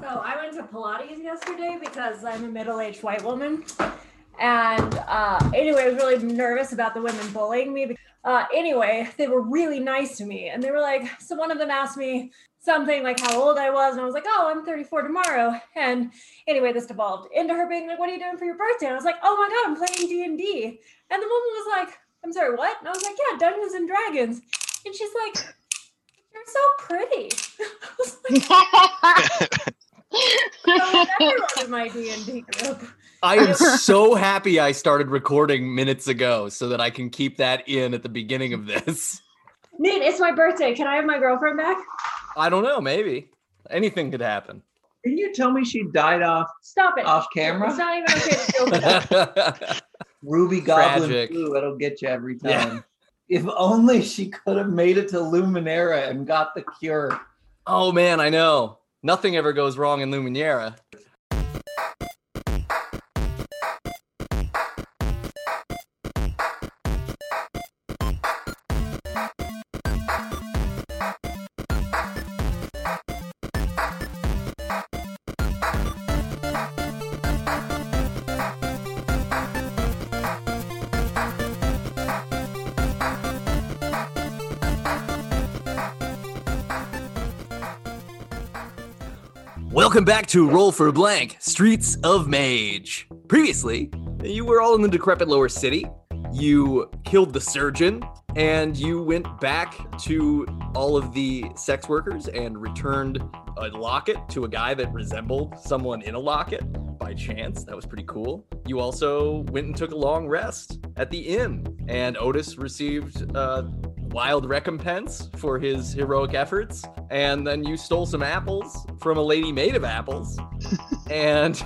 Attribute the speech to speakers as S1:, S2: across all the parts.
S1: So I went to Pilates yesterday because I'm a middle-aged white woman. And uh, anyway, I was really nervous about the women bullying me. Uh, anyway, they were really nice to me. And they were like, so one of them asked me something like how old I was. And I was like, oh, I'm 34 tomorrow. And anyway, this devolved into her being like, what are you doing for your birthday? And I was like, oh my God, I'm playing D&D. And the woman was like, I'm sorry, what? And I was like, yeah, Dungeons and Dragons. And she's like, you're so pretty. I was like, "Oh, everyone in my D&D group.
S2: I am so happy I started recording minutes ago so that I can keep that in at the beginning of this.
S1: Nate, it's my birthday. Can I have my girlfriend back?
S2: I don't know, maybe. Anything could happen.
S3: Can you tell me she died off
S1: Stop it.
S3: off
S1: It's
S3: camera?
S1: not even okay to joke about it.
S2: That's
S3: Ruby
S2: Tragic.
S3: Goblin Blue, it'll get you every
S2: Yeah.
S3: time. If only she could have made it to Luminera and got the cure.
S2: Oh man, I know. Nothing ever goes wrong in Luminera. Welcome back to Roll for Blank Streets of Mage. Previously, you were all in the decrepit lower city. You killed the surgeon, and you went back to all of the sex workers and returned a locket to a guy that resembled someone in a locket by chance. That was pretty cool. You also went and took a long rest at the inn, and Otis received uh, wild recompense for his heroic efforts. And then you stole some apples from a lady made of apples. and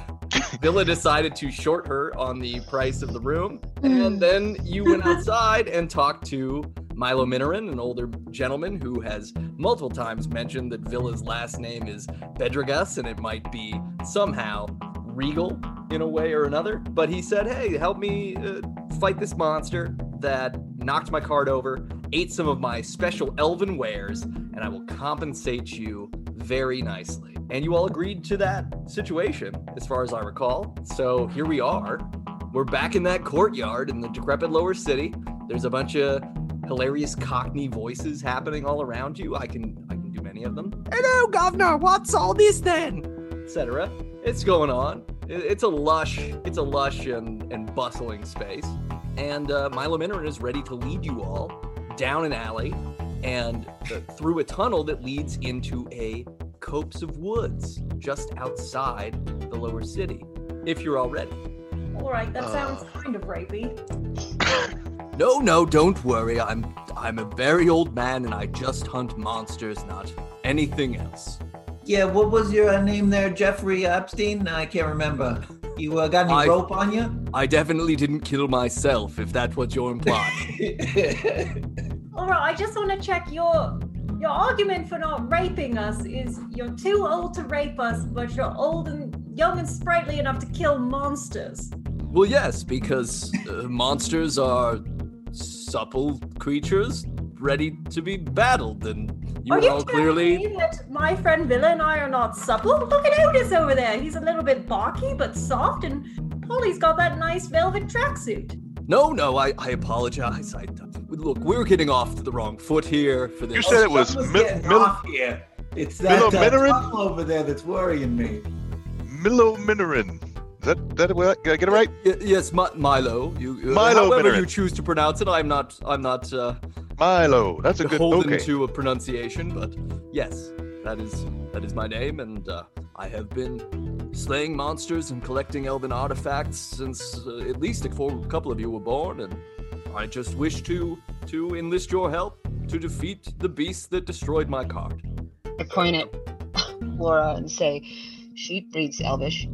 S2: Villa decided to short her on the price of the room.
S4: Mm.
S2: And then you went outside and talked to Milo Minarin, an older gentleman who has multiple times mentioned that Villa's last name is Bedrigus and it might be somehow regal in a way or another. But he said, hey, help me uh, fight this monster that knocked my card over, ate some of my special elven wares, and I will compensate you very nicely. And you all agreed to that situation, as far as I recall. So here we are. We're back in that courtyard in the decrepit lower city. There's a bunch of hilarious Cockney voices happening all around you. I can I can do many of them. Hello, governor. What's all this then? Etc. It's going on. It- It's a lush, it's a lush and, and bustling space. And uh, Milo Minarin is ready to lead you all down an alley and uh, through a tunnel that leads into a copse of woods just outside the lower city. If you're all ready.
S1: All right, that sounds
S2: Uh.
S1: kind of rapey.
S2: No, no, don't worry. I'm I'm a very old man and I just hunt monsters, not anything else.
S3: Yeah, what was your uh, name there, Jeffrey Epstein? I can't remember. You uh, got any
S2: I-
S3: rope on you?
S2: I definitely didn't kill myself, if that's what you're implying.
S1: All right, I just want to check your your argument for not raping us is you're too old to rape us, but you're old and young and sprightly enough to kill monsters.
S2: well, yes, because uh, monsters are supple creatures ready to be battled, and you
S1: are
S2: were
S1: you
S2: all
S1: telling
S2: clearly
S1: me that my friend Villa and I are not supple? Look at Otis over there. He's a little bit barky but soft, and Polly's got that nice velvet tracksuit.
S2: No, no, I, I apologize. I, look, we're getting off to the wrong foot here for this.
S5: You said it was
S3: Something's
S5: mil-
S3: Oh, getting
S5: mil-
S3: off here. It's that
S5: Milo
S3: uh,
S5: Minarin?
S3: tunnel over there that's worrying me.
S5: Milo Minarin. Is that that what did I get it right?
S2: Y- yes, Mi- Milo. You, uh,
S5: Milo
S2: however
S5: Minarin.
S2: you choose to pronounce it, I'm not. I'm not uh,
S5: Milo. That's a good
S2: beholden
S5: okay.
S2: to a pronunciation, but yes, that is that is my name, and uh, I have been slaying monsters and collecting elven artifacts since uh, at least before a couple of you were born, and I just wish to to enlist your help to defeat the beast that destroyed my card.
S4: I point at Laura and say, she breathes Elvish.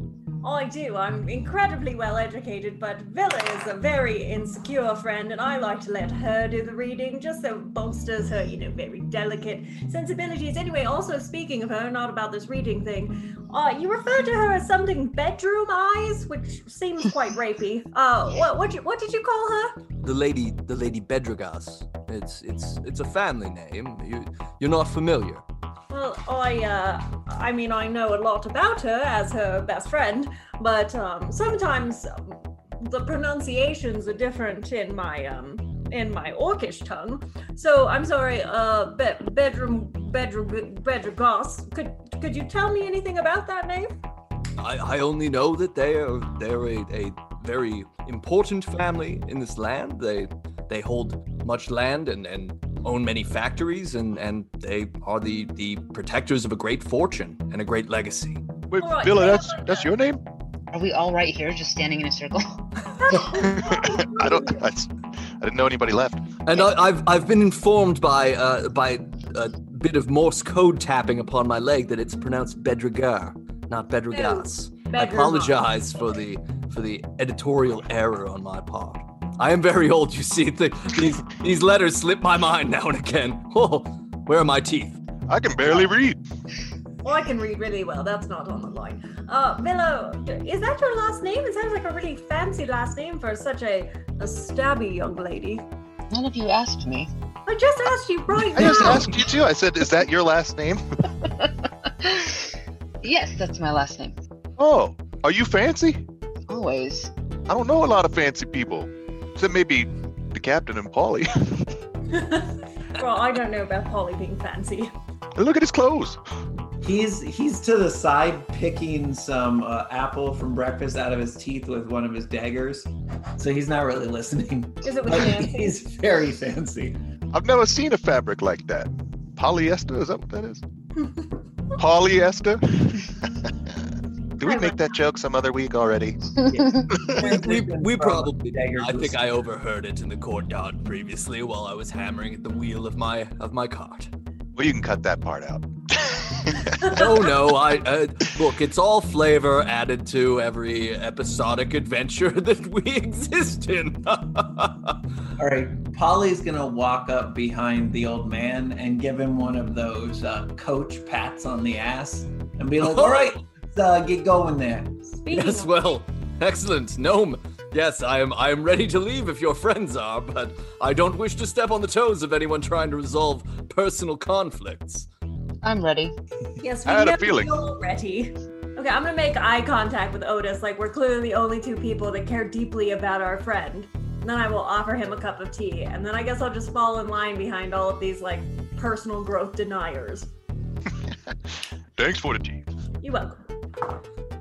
S1: Oh, I do. I'm incredibly well educated, but Villa is a very insecure friend, and I like to let her do the reading just so it bolsters her, you know, very delicate sensibilities. Anyway, also speaking of her, not about this reading thing, uh, you refer to her as something bedroom eyes, which seems quite rapey. Uh, what what, you, what did you call her?
S2: the lady the lady Bedrigas. It's it's it's a family name. You you're not familiar.
S1: Well, I, uh, I mean, I know a lot about her as her best friend, but um, sometimes um, the pronunciations are different in my um, in my Orcish tongue. So I'm sorry, uh, be- bedroom, bedroom, bedroom, goss. Could could you tell me anything about that name?
S2: I, I only know that they are they're a, a very important family in this land. They they hold much land and, and own many factories and, and they are the, the protectors of a great fortune and a great legacy.
S5: Wait,
S1: Alright,
S5: Villa,
S1: yeah,
S5: that's
S1: like
S5: that's
S1: that.
S5: your name?
S4: Are we all right here, just standing in a circle?
S5: I don't. That's, I didn't know anybody left.
S2: And I, I've I've been informed by uh, by a bit of Morse code tapping upon my leg that it's pronounced Bedrigar, not Bedrigas. I
S1: Bedroom.
S2: apologize for the for the editorial error on my part. I am very old, you see. The, these these letters slip my mind now and again. Oh, where are my teeth?
S5: I can barely read.
S1: Well, Oh, I can read really well. That's not on the line. Uh, Milo, is that your last name? It sounds like a really fancy last name for such a, a stabby young lady.
S4: None of you asked me.
S1: I just asked you right
S5: I just
S1: now.
S5: asked you too. I said, "Is that your last name?"
S4: yes, that's my last name.
S5: Oh, are you fancy?
S4: Always.
S5: I don't know a lot of fancy people, except maybe the captain and Polly.
S1: well, I don't know about Polly being fancy.
S5: And look at his clothes.
S3: He's he's to the side picking some uh, apple from breakfast out of his teeth with one of his daggers, so he's not really listening.
S1: Is it with
S3: But
S1: fancy?
S3: he's very fancy.
S5: I've never seen a fabric like that. Polyester? Is that what that is? Polyester? Do we make that joke some other week already?
S2: We, we probably
S3: Daggers
S2: I think
S3: was-
S2: I overheard it in the courtyard previously while I was hammering at the wheel of my of my cart.
S5: Well, you can cut that part out.
S2: no, no. I uh, look. It's all flavor added to every episodic adventure that we exist in.
S3: All right, Polly's gonna walk up behind the old man and give him one of those uh, coach pats on the ass and be like, "All right, let's, uh, get going there."
S1: Speaking
S2: yes.
S1: of-
S2: Well. Excellent. Gnome. Yes, I am. I am ready to leave if your friends are, but I don't wish to step on the toes of anyone trying to resolve personal conflicts.
S4: I'm ready.
S1: yes,
S5: I
S1: we
S5: had a
S1: know
S5: feeling.
S1: you're already. Okay, I'm gonna make eye contact with Otis. Like we're clearly the only two people that care deeply about our friend. And then I will offer him a cup of tea, and then I guess I'll just fall in line behind all of these like personal growth deniers.
S5: Thanks for the tea.
S1: You welcome.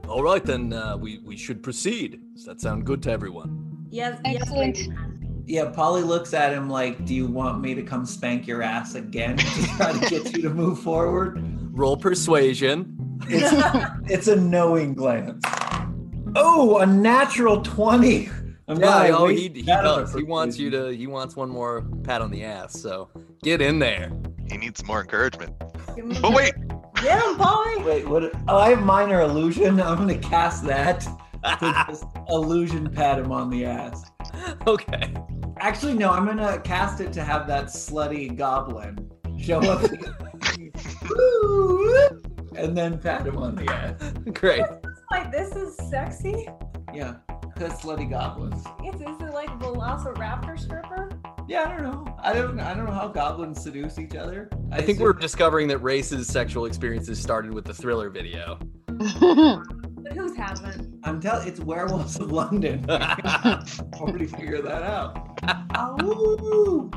S2: All right, then uh, we we should proceed. Does that sound good to everyone?
S1: Yes,
S4: Excellent.
S1: yes. lady.
S3: Yeah, Polly looks at him like, "Do you want me to come spank your ass again to try to get you to move forward?"
S2: Roll persuasion.
S3: It's it's a knowing glance. Oh, a natural twenty. I'm glad I
S2: oh, he,
S3: wasted
S2: he
S3: that on a
S2: does. He wants you to. He wants one more pat on the ass. So get in there.
S5: He needs some more encouragement. But Oh, wait,
S1: Get him, boy.
S3: Wait, what? Oh, I have minor illusion. I'm gonna cast that.
S2: Ah.
S3: to just illusion pat him on the ass.
S2: okay.
S3: Actually, no, I'm gonna cast it to have that slutty goblin show up and then pat him on the ass.
S2: Great.
S1: Like this is sexy.
S3: Yeah, because slutty goblins.
S1: It's is it like Velociraptor stripper?
S3: Yeah, I don't know. I don't. I don't know how goblins seduce each other.
S2: I think we're discovering that Race's sexual experiences started with the thriller video.
S1: But who's haven't?
S3: I'm telling. It's werewolves of London.
S2: All
S3: I already figured that out. Ow.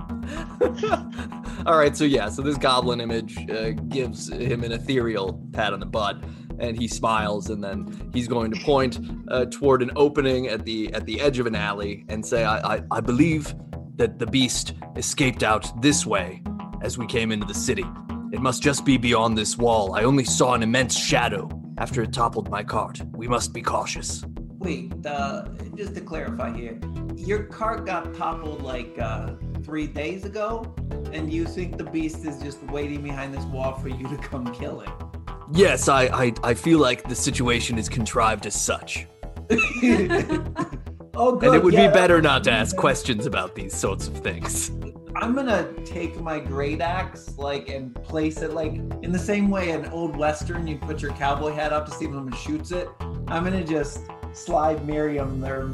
S2: right, so yeah, so this goblin image uh, gives him an ethereal pat on the butt, and he smiles, and then he's going to point uh, toward an opening at the at the edge of an alley and say, I, I, "I believe that the beast escaped out this way as we came into the city. It must just be beyond this wall. I only saw an immense shadow after it toppled my cart. We must be cautious."
S3: Wait, uh, just to clarify here, your cart got toppled like uh, three days ago, and you think the beast is just waiting behind this wall for you to come kill it?
S2: Yes, I, I, I feel like the situation is contrived as such.
S3: oh, good.
S2: And it would
S3: yeah,
S2: be better not to ask questions about these sorts of things.
S3: I'm gonna take my great axe, like, and place it like in the same way an old western you put your cowboy hat up to see if someone shoots it. I'm gonna just slide Miriam there.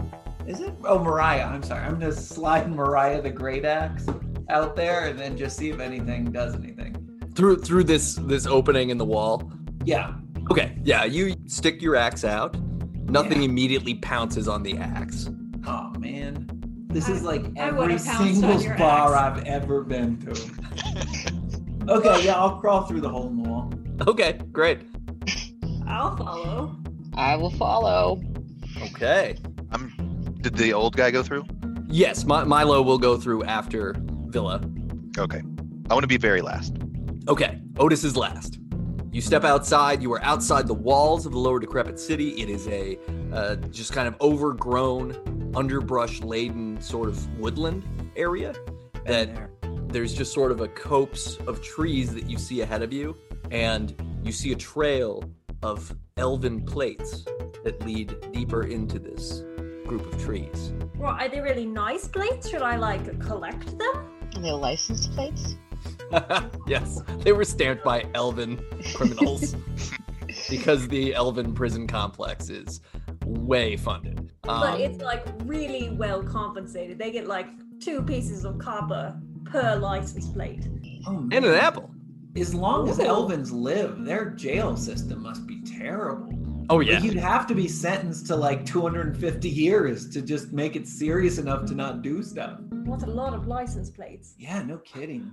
S3: Is it? Oh, Mariah. I'm sorry. I'm gonna slide Mariah the great axe out there, and then just see if anything does anything.
S2: through through this this opening in the wall.
S3: Yeah.
S2: Okay, yeah, you stick your axe out. Nothing immediately pounces on the axe.
S3: Oh man. This is like
S1: I would've
S3: every
S1: pounced
S3: single
S1: on your
S3: bar I've ever been to. okay, yeah, I'll crawl through the hole in the wall.
S2: Okay, great.
S1: I'll follow.
S4: I will follow.
S2: Okay.
S5: I'm. Did the old guy go through?
S2: Yes, Mi- Milo will go through after Villa.
S5: Okay. I want to be very last.
S2: Okay, Otis is last. You step outside. You are outside the walls of the lower decrepit city. It is a uh, just kind of overgrown, underbrush laden sort of woodland area that
S3: there.
S2: there's just sort of a copse of trees that you see ahead of you, and you see a trail of elven plates that lead deeper into this group of trees.
S1: Well, are they really nice plates? Should I like collect them?
S4: And the license plates?
S2: yes, they were stamped by elven criminals because the elven prison complex is way funded.
S1: but
S2: Um,
S1: it's like really well compensated. They get like two pieces of copper per license plate.
S3: Oh, man.
S2: and an apple.
S3: As long as
S1: Ooh.
S3: Elvins live, their
S1: Hmm.
S3: jail system must be terrible.
S2: Oh,
S3: Like,
S2: yeah.
S3: You'd have to be sentenced to like 250 years to just make it serious enough to not do stuff.
S1: What a lot of license plates.
S3: Yeah, no kidding.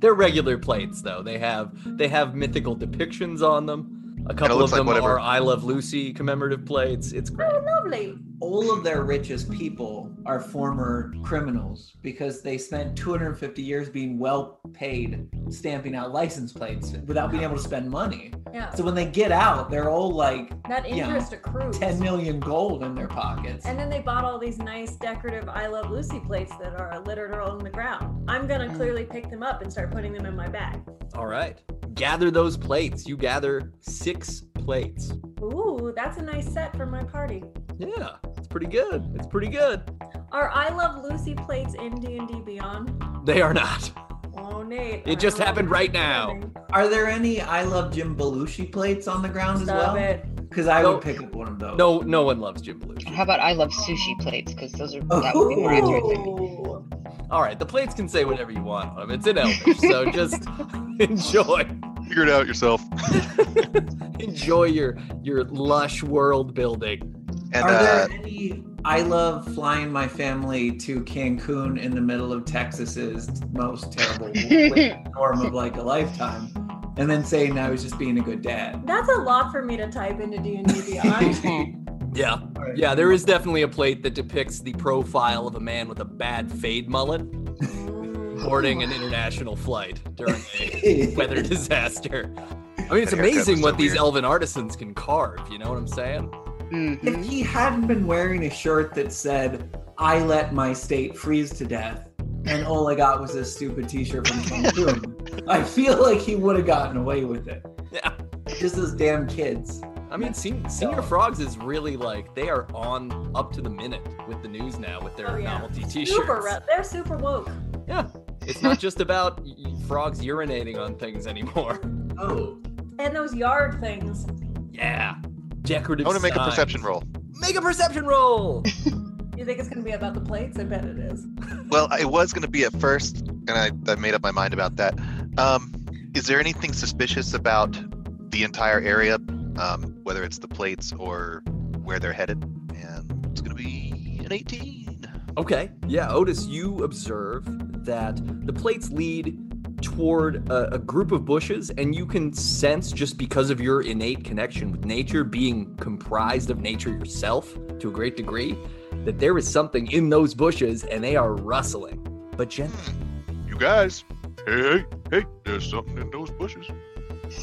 S2: They're regular plates, though. They have they have mythical depictions on them. A couple
S5: looks
S2: of
S5: like
S2: them
S5: whatever-
S2: are "I Love Lucy" commemorative plates. It's great.
S1: Oh, lovely.
S3: All of their richest people are former criminals because they spent 250 years being well paid stamping out license plates without being able to spend money.
S1: Yeah.
S3: So when they get out, they're all like
S1: that
S3: yeah,
S1: interest accrues.
S3: 10 million gold in their pockets.
S1: And then they bought all these nice decorative I Love Lucy plates that are littered on the ground. I'm gonna
S4: Mm.
S1: clearly pick them up and start putting them in my bag.
S2: All right, gather those plates. You gather six plates.
S1: Ooh, that's a nice set for my party.
S2: Yeah, it's pretty good. It's pretty good.
S1: Are I Love Lucy plates in D and D Beyond?
S2: They are not.
S1: Oh, Nate.
S2: It
S1: I
S2: just
S1: know
S2: happened
S1: what
S2: right
S1: you're
S2: now.
S1: doing.
S3: Are there any I love Jim Belushi plates on the ground as
S1: Stop
S3: well?
S1: it.
S3: Because I
S2: No.
S3: would pick up one of those.
S2: No, no one loves Jim Belushi.
S4: How about I love sushi plates? Because those are
S3: Oh.
S4: that would be more accurate than me.
S2: All right, the plates can say whatever you want on them. It's in Elvish, so just enjoy,
S5: Figure it out yourself.
S2: enjoy your your lush world building.
S5: And
S3: Are
S5: uh,
S3: there any I love flying my family to Cancun in the middle of Texas's most terrible storm of like a lifetime? And then saying I was just being a good dad.
S1: That's a lot for me to type into D and D Beyond.
S2: Yeah, yeah. There is definitely a plate that depicts the profile of a man with a bad fade mullet
S1: Mm.
S2: boarding an international flight during a
S3: is.
S2: weather disaster. I mean, it's
S5: That haircut
S2: amazing
S5: was
S2: what
S5: so
S2: these
S5: weird.
S2: elven artisans can carve. You know what I'm saying?
S4: Mhm.
S3: if he hadn't been wearing a shirt that said, I let my state freeze to death, and all I got was this stupid t shirt from Cancun, I feel like he would have gotten away with it.
S2: Yeah.
S3: Just those damn kids.
S2: I mean, sen- Senior Frogs is really like they are on up to the minute with the news now with their
S1: Oh, yeah.
S2: novelty T-shirts.
S1: Super, re- they're super woke.
S2: It's not just about y- y- frogs urinating on things anymore.
S3: Oh,
S1: And those yard things.
S2: Yeah. Decorative.
S5: I want to make a
S2: signs.
S5: perception roll.
S2: Make a perception roll.
S1: You think it's gonna be about the plates? I bet it is.
S5: Well, it was going to be at first, and I, I made up my mind about that. Um, is there anything suspicious about the entire area, um, whether it's the plates or where they're headed? And it's going to be an 18.
S2: okay. Yeah, Otis, you observe that the plates lead toward a, a group of bushes, and you can sense just because of your innate connection with nature, being comprised of nature yourself to a great degree, that there is something in those bushes, and they are rustling, but gently.
S5: Hmm. You guys, hey, hey, hey, there's something in those bushes.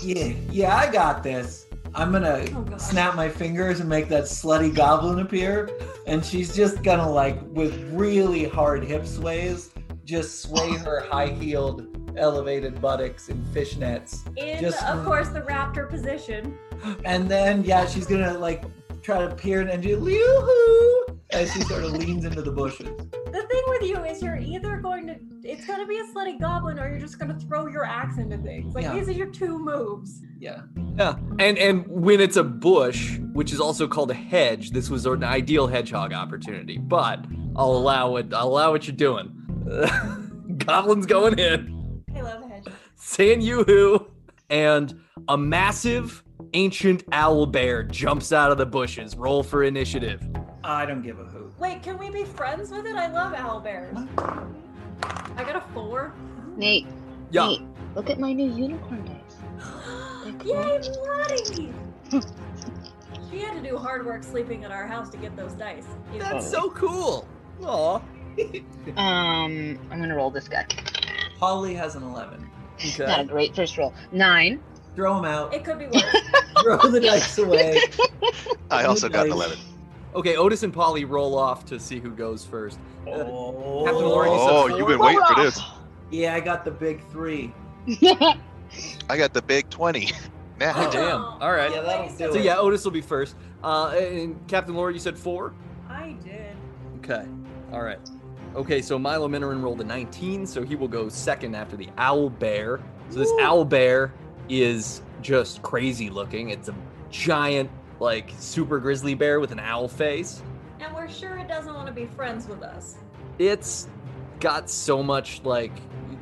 S3: yeah, yeah, I got this. I'm gonna
S1: Oh god.
S3: snap my fingers and make that slutty goblin appear, and she's just gonna like with really hard hip sways, just sway her high-heeled, elevated buttocks in fishnets,
S1: In
S3: Just-
S1: of course the raptor position.
S3: and then yeah, she's gonna like try to peer and do yoo-hoo as she sort of leans into the bushes.
S1: The thing with you is you're either going to it's gonna be a slutty goblin or you're just gonna throw your axe into things. Like
S3: Yeah.
S1: these are your two moves.
S3: Yeah,
S2: Yeah, and and when it's a bush, which is also called a hedge, this was an ideal hedgehog opportunity. But I'll allow it. I'll allow what you're doing. Goblins going in.
S1: I love hedge.
S2: saying you who, and a massive ancient owl bear jumps out of the bushes. Roll for initiative.
S3: I don't give a hoot.
S1: Wait, can we be friends with it? I love owlbears. I got a four.
S4: Nate,
S2: Yeah,
S4: Nate, look at my new unicorn dice.
S1: Yay, Lottie! she had to do hard work sleeping at our house to get those dice. You know?
S2: that's so cool. Aw.
S4: Um, I'm gonna roll this guy.
S3: Holly has an 11.
S4: Not
S2: Okay.
S4: a great first roll. Nine.
S3: Throw him out.
S1: It could
S2: Oh,
S1: be worse.
S3: Throw the dice away.
S5: I also got an
S3: Nice.
S5: 11.
S2: Okay, Otis and Polly roll off to see who goes first.
S3: Oh.
S2: Captain Lauren, you said
S5: Oh,
S2: four?
S5: you've been waiting for this.
S3: Yeah, I got the big three.
S5: I got the big 20.
S2: Oh,
S5: Now,
S2: damn. All right.
S3: Yeah, that'll do
S2: So yeah, Otis will be first. Uh, and Captain Laura, you said four.
S1: I did.
S2: Okay. All right. Okay, so Milo Minarin rolled a 19, so he will go second after the owl bear. So this owl bear is just crazy looking. It's a giant, like super grizzly bear with an owl face.
S1: And we're sure it doesn't want to be friends with us.
S2: It's got so much like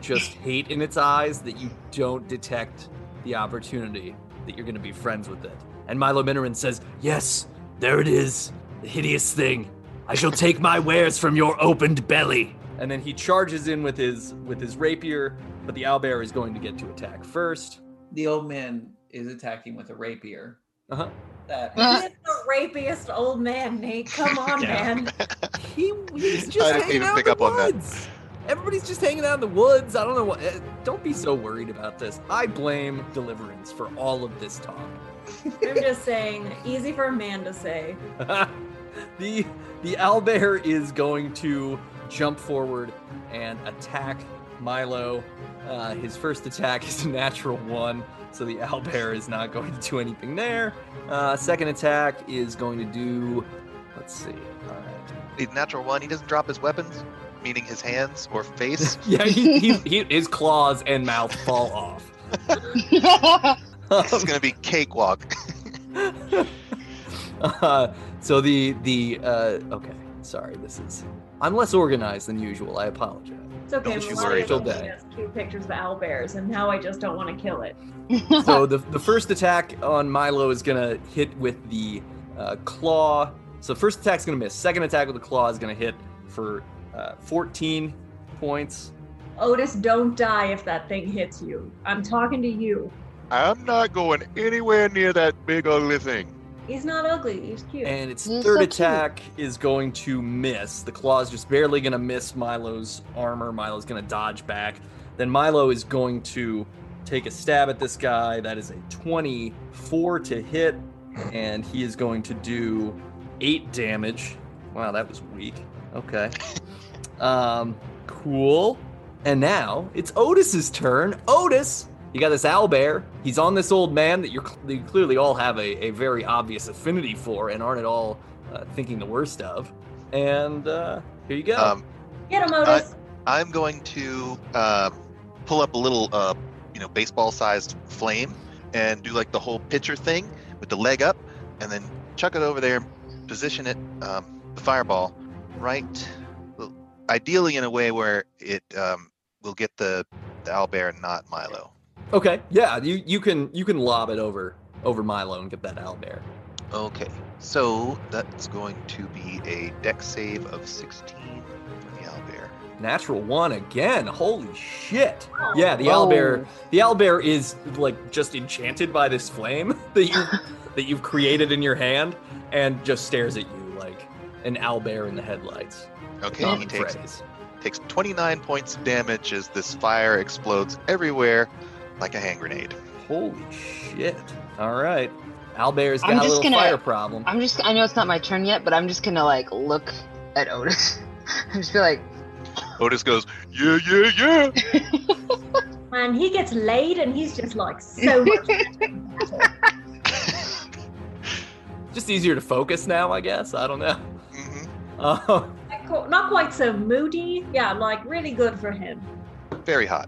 S2: just hate in its eyes that you don't detect the opportunity that you're going to be friends with it. And Milo Minarin says, "Yes, there it is, the hideous thing. I shall take my wares from your opened belly." And then he charges in with his with his rapier, but the owlbear is going to get to attack first.
S3: The old man is attacking with a rapier.
S2: Uh-huh.
S3: That
S1: He
S4: Uh.
S1: is the rapiest old man, Nate. Come on,
S5: Yeah.
S1: man.
S2: He, he's just
S5: I didn't
S2: hanging
S5: even
S2: out
S5: pick
S2: in
S5: up
S2: the
S5: on that.
S2: woods. Everybody's just hanging out in the woods. I don't know what. eh, Don't be so worried about this. I blame Deliverance for all of this talk.
S1: I'm just saying, easy for a man to say.
S2: the the owlbear is going to jump forward and attack Milo. Uh, his first attack is a natural one, so the owlbear is not going to do anything there. Uh, second attack is going to do. Let's see. Uh, All right.
S5: he's natural one. He doesn't drop his weapons, meaning his hands or face.
S2: Yeah, he, he, he, his claws and mouth fall off.
S5: This is going to be cakewalk.
S2: uh, so the the uh, okay, sorry, this is I'm less organized than usual. I apologize.
S1: It's okay.
S5: Don't you
S1: Melania
S5: worry.
S2: She'll
S1: sent
S2: die.
S1: us Two pictures of owl bears, and now I just don't want to kill it.
S2: So the the first attack on Milo is gonna hit with the uh, claw. So first attack's gonna miss. Second attack with the claw is gonna hit for uh, 14 points.
S1: Otis, don't die if that thing hits you. I'm talking to you.
S5: I'm not going anywhere near that big ugly thing.
S1: He's not ugly. He's cute.
S2: And its
S4: He's so
S2: third
S4: cute.
S2: attack is going to miss. The claw is just barely going to miss Milo's armor. Milo's going to dodge back. Then Milo is going to take a stab at this guy. That is a 24 to hit. And he is going to do eight damage. Wow, that was weak. Okay. Um, cool. And now it's Otis's turn. Otis, you got this owlbear. He's on this old man that you're that you clearly all have a, a very obvious affinity for and aren't at all uh, thinking the worst of. And uh, here you go.
S5: Um,
S1: Get him, Otis.
S5: I'm going to uh, pull up a little, uh, you know, baseball-sized flame and do like the whole pitcher thing with the leg up, and then chuck it over there, and position it, um, the fireball, right, well, ideally in a way where it um, will get the the owlbear and not Milo.
S2: okay, yeah, you, you can you can lob it over over Milo and get that owlbear.
S5: Okay, so that's going to be a deck save of 16 for the owlbear.
S2: Natural one again. Holy shit.
S1: Oh.
S2: Yeah, the
S4: Whoa.
S2: owlbear the owlbear is like just enchanted by this flame that you that you've created in your hand and just stares at you like an owlbear in the headlights.
S5: Okay, he
S2: Common
S5: takes
S2: phrase.
S5: takes 29 points of damage as this fire explodes everywhere like a hand grenade.
S2: Holy shit. All right. Owlbear's got
S4: I'm
S2: a
S4: just
S2: little
S4: gonna-
S2: fire problem.
S4: I'm just. I know it's not my turn yet, but I'm just gonna like look at Otis. I'm just be like,
S5: Otis goes, yeah, yeah, yeah.
S1: And he gets laid, and he's just like so much.
S2: Just easier to focus now, I guess. I don't know.
S5: hmm
S2: Uh,
S1: Not qu- not quite so moody. Yeah, like really good for him.
S5: Very hot.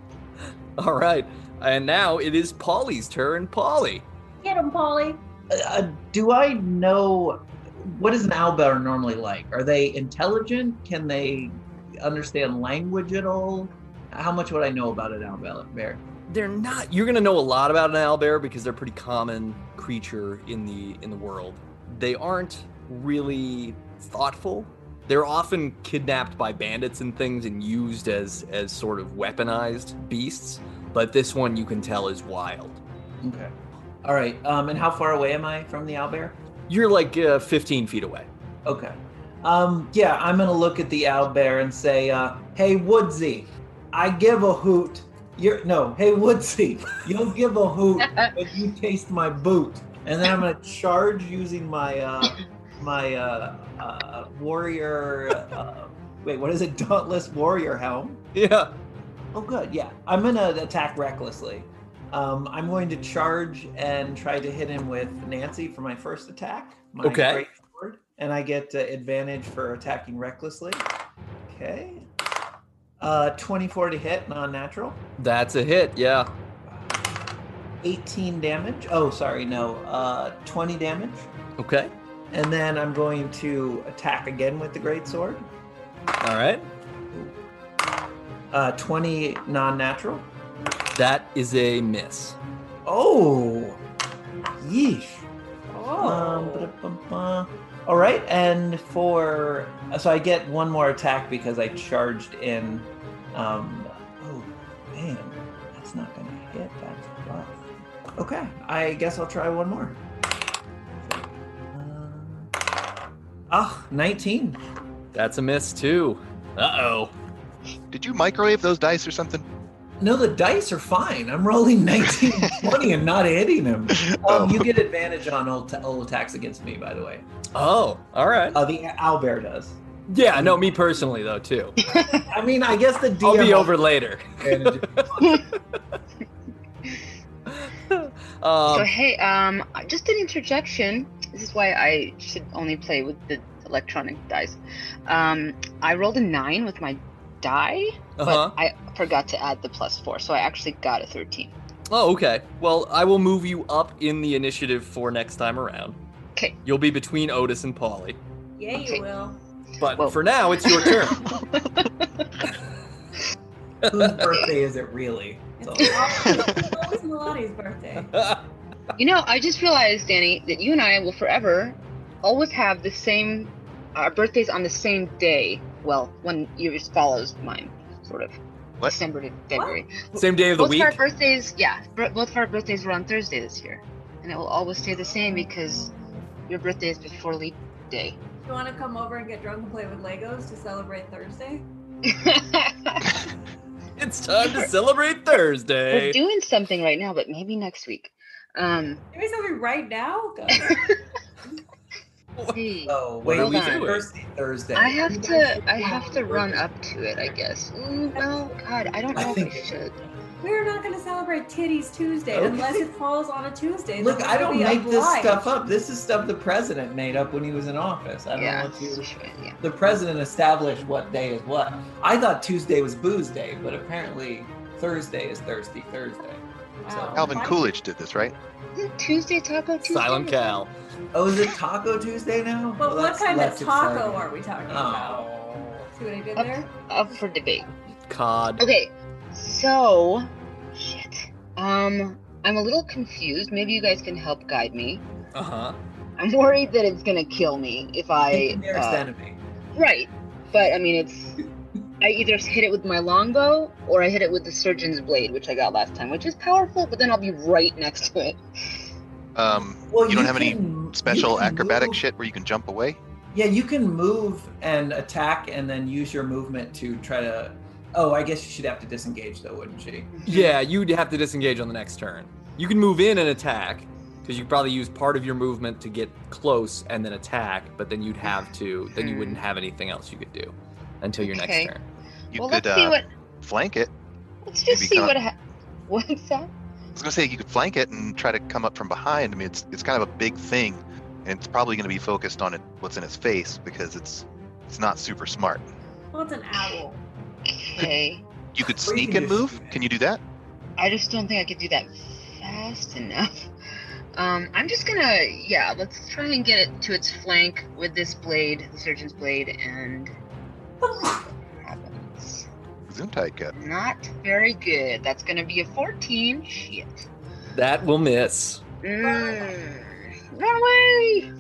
S2: all right. And now it is Polly's turn. Polly.
S1: Get him, Polly.
S3: Uh, do I know what is an owlbear normally like? Are they intelligent? Can they understand language at all? How much would I know about an owlbear?
S2: they're not. You're gonna know a lot about an owlbear because they're a pretty common creature in the in the world. They aren't really thoughtful. They're often kidnapped by bandits and things and used as as sort of weaponized beasts. But this one you can tell is wild.
S3: Okay. All right. Um, and how far away am I from the owlbear?
S2: You're like uh, 15 feet away.
S3: Okay. Um, yeah, I'm gonna look at the owlbear and say, uh, "Hey Woodsy, I give a hoot. You're no, hey Woodsy, you'll give a hoot when you taste my boot." And then I'm gonna charge using my uh, my uh, uh, warrior. Uh, wait, what is it? Dauntless warrior helm.
S2: Yeah.
S3: Oh, good. Yeah, I'm gonna attack recklessly. Um, I'm going to charge and try to hit him with Nancy for my first attack. My
S2: Okay.
S3: great sword, and I get uh, advantage for attacking recklessly. Okay. Uh, 24 to hit, non-natural.
S2: That's a hit. Yeah.
S3: 18 damage. Oh, sorry, no. Uh, 20 damage.
S2: Okay.
S3: And then I'm going to attack again with the great sword.
S2: All right.
S3: Uh, 20 non-natural.
S2: That is a miss.
S3: Oh, yeesh.
S1: Oh.
S3: Um, ba-da-ba-ba. all right, and for so I get one more attack because I charged in. Um, oh man, that's not gonna hit. That's a bluff. Okay, I guess I'll try one more. Um, Ah, 19.
S2: That's a miss too. Uh oh.
S5: Did you microwave those dice or something?
S3: No, the dice are fine. I'm rolling 19, 20 and not hitting him.
S5: Oh.
S3: Um, you get advantage on all, ta- all attacks against me, by the way.
S2: Oh, all right.
S3: Uh, the owlbear does.
S2: Yeah, no, me personally though too.
S3: I mean, I guess the DM.
S2: I'll be over later.
S3: And-
S4: So
S2: Um,
S4: hey, um, just an interjection. This is why I should only play with the electronic dice. Um, I rolled a nine with my die, but
S2: uh-huh.
S4: I forgot to add the plus four, so I actually got a thirteen.
S2: Oh, okay. Well, I will move you up in the initiative for next time around.
S4: 'Kay.
S2: You'll be between Otis and Polly,
S1: Yeah,
S4: Okay.
S1: you will.
S2: but
S4: Well-
S2: for now it's your turn.
S3: Whose birthday is it really?
S1: It's
S3: So,
S1: always always Melania's birthday.
S4: you know, I just realized, Danny, that you and I will forever always have the same our birthdays on the same day. Well, when yours follows mine, sort of.
S5: What?
S4: December to February.
S2: Same day of the
S4: both
S2: week.
S4: of our birthdays, yeah, br- both of our birthdays were on Thursday this year, and it will always stay the same because your birthday is before leap day.
S1: You want to come over and get drunk and play with Legos to celebrate Thursday?
S2: It's time to celebrate
S4: We're
S2: Thursday.
S4: doing something right now, but maybe next week. Um,
S1: Maybe something right now. God.
S4: hey,
S3: oh,
S2: What
S3: wait,
S4: are we
S3: it's
S2: doing?
S3: Thursday, Thursday.
S4: I have to, I have to run up to it, I guess. Mm, well, God, I don't
S3: I
S4: know if I
S3: think-
S4: should.
S1: We're not going to celebrate Titties Tuesday
S3: Okay.
S1: unless it falls on a Tuesday.
S3: Look,
S1: Then
S3: I
S1: we're
S3: don't
S1: gonna be
S3: make this
S1: obliged.
S3: stuff up. This is stuff the president made up when he was in office. I don't
S4: Yeah,
S3: know what you.
S4: we should, yeah.
S3: The president established what day is what. I thought Tuesday was booze day, but apparently Thursday is thirsty Thursday.
S4: Oh,
S1: Wow.
S5: Calvin
S1: Why-
S5: Coolidge did this, right?
S4: Isn't Tuesday Taco Tuesday?
S2: Silent Cal.
S3: Oh, is it Taco Tuesday now?
S1: But what kind of taco are we talking about?
S3: Oh.
S1: See what I did
S4: Up-
S1: there?
S4: Up for debate.
S2: Cod.
S4: Okay, so shit. Um, I'm a little confused. Maybe you guys can help guide me.
S2: Uh huh.
S4: I'm worried that it's gonna kill me if I.
S3: Think the nearest
S4: uh,
S3: enemy.
S4: right, but I mean, it's. I either hit it with my longbow or I hit it with the surgeon's blade, which I got last time, which is powerful. But then I'll be right next to it.
S5: Um,
S3: Well,
S5: you don't have any
S3: can- you
S5: special
S3: can
S5: acrobatic
S3: move-
S5: shit where you can jump away?
S3: Yeah, you can move and attack and then use your movement to try to. Oh, I guess she'd have to disengage though, wouldn't she?
S2: Yeah, you'd have to disengage on the next turn. You can move in and attack because you probably use part of your movement to get close and then attack, but then you'd have to. Then you wouldn't have anything else you could do until your
S4: Hmm. Okay.
S2: next turn.
S5: You
S4: well,
S5: could
S4: let's see
S5: uh,
S4: what.
S5: flank it.
S4: Let's just
S5: maybe
S4: see
S5: con-
S4: what. Ha- What's that?
S5: I was gonna say you could flank it and try to come up from behind. I mean, it's it's kind of a big thing, and it's probably gonna be focused on it what's in its face because it's it's not super smart.
S1: Well, it's an owl.
S4: Okay,
S5: You could
S3: Or you
S5: sneak
S3: can
S5: and
S3: just-
S5: move. Can you do that?
S4: I just don't think I could do that fast enough. Um, I'm just gonna, yeah, let's try and get it to its flank with this blade, the surgeon's blade, and.
S1: What
S4: happens.
S5: Is Gesundheit good.
S4: Not very good. That's gonna be a 14. Shit.
S2: That will miss.
S4: Mm. Run away!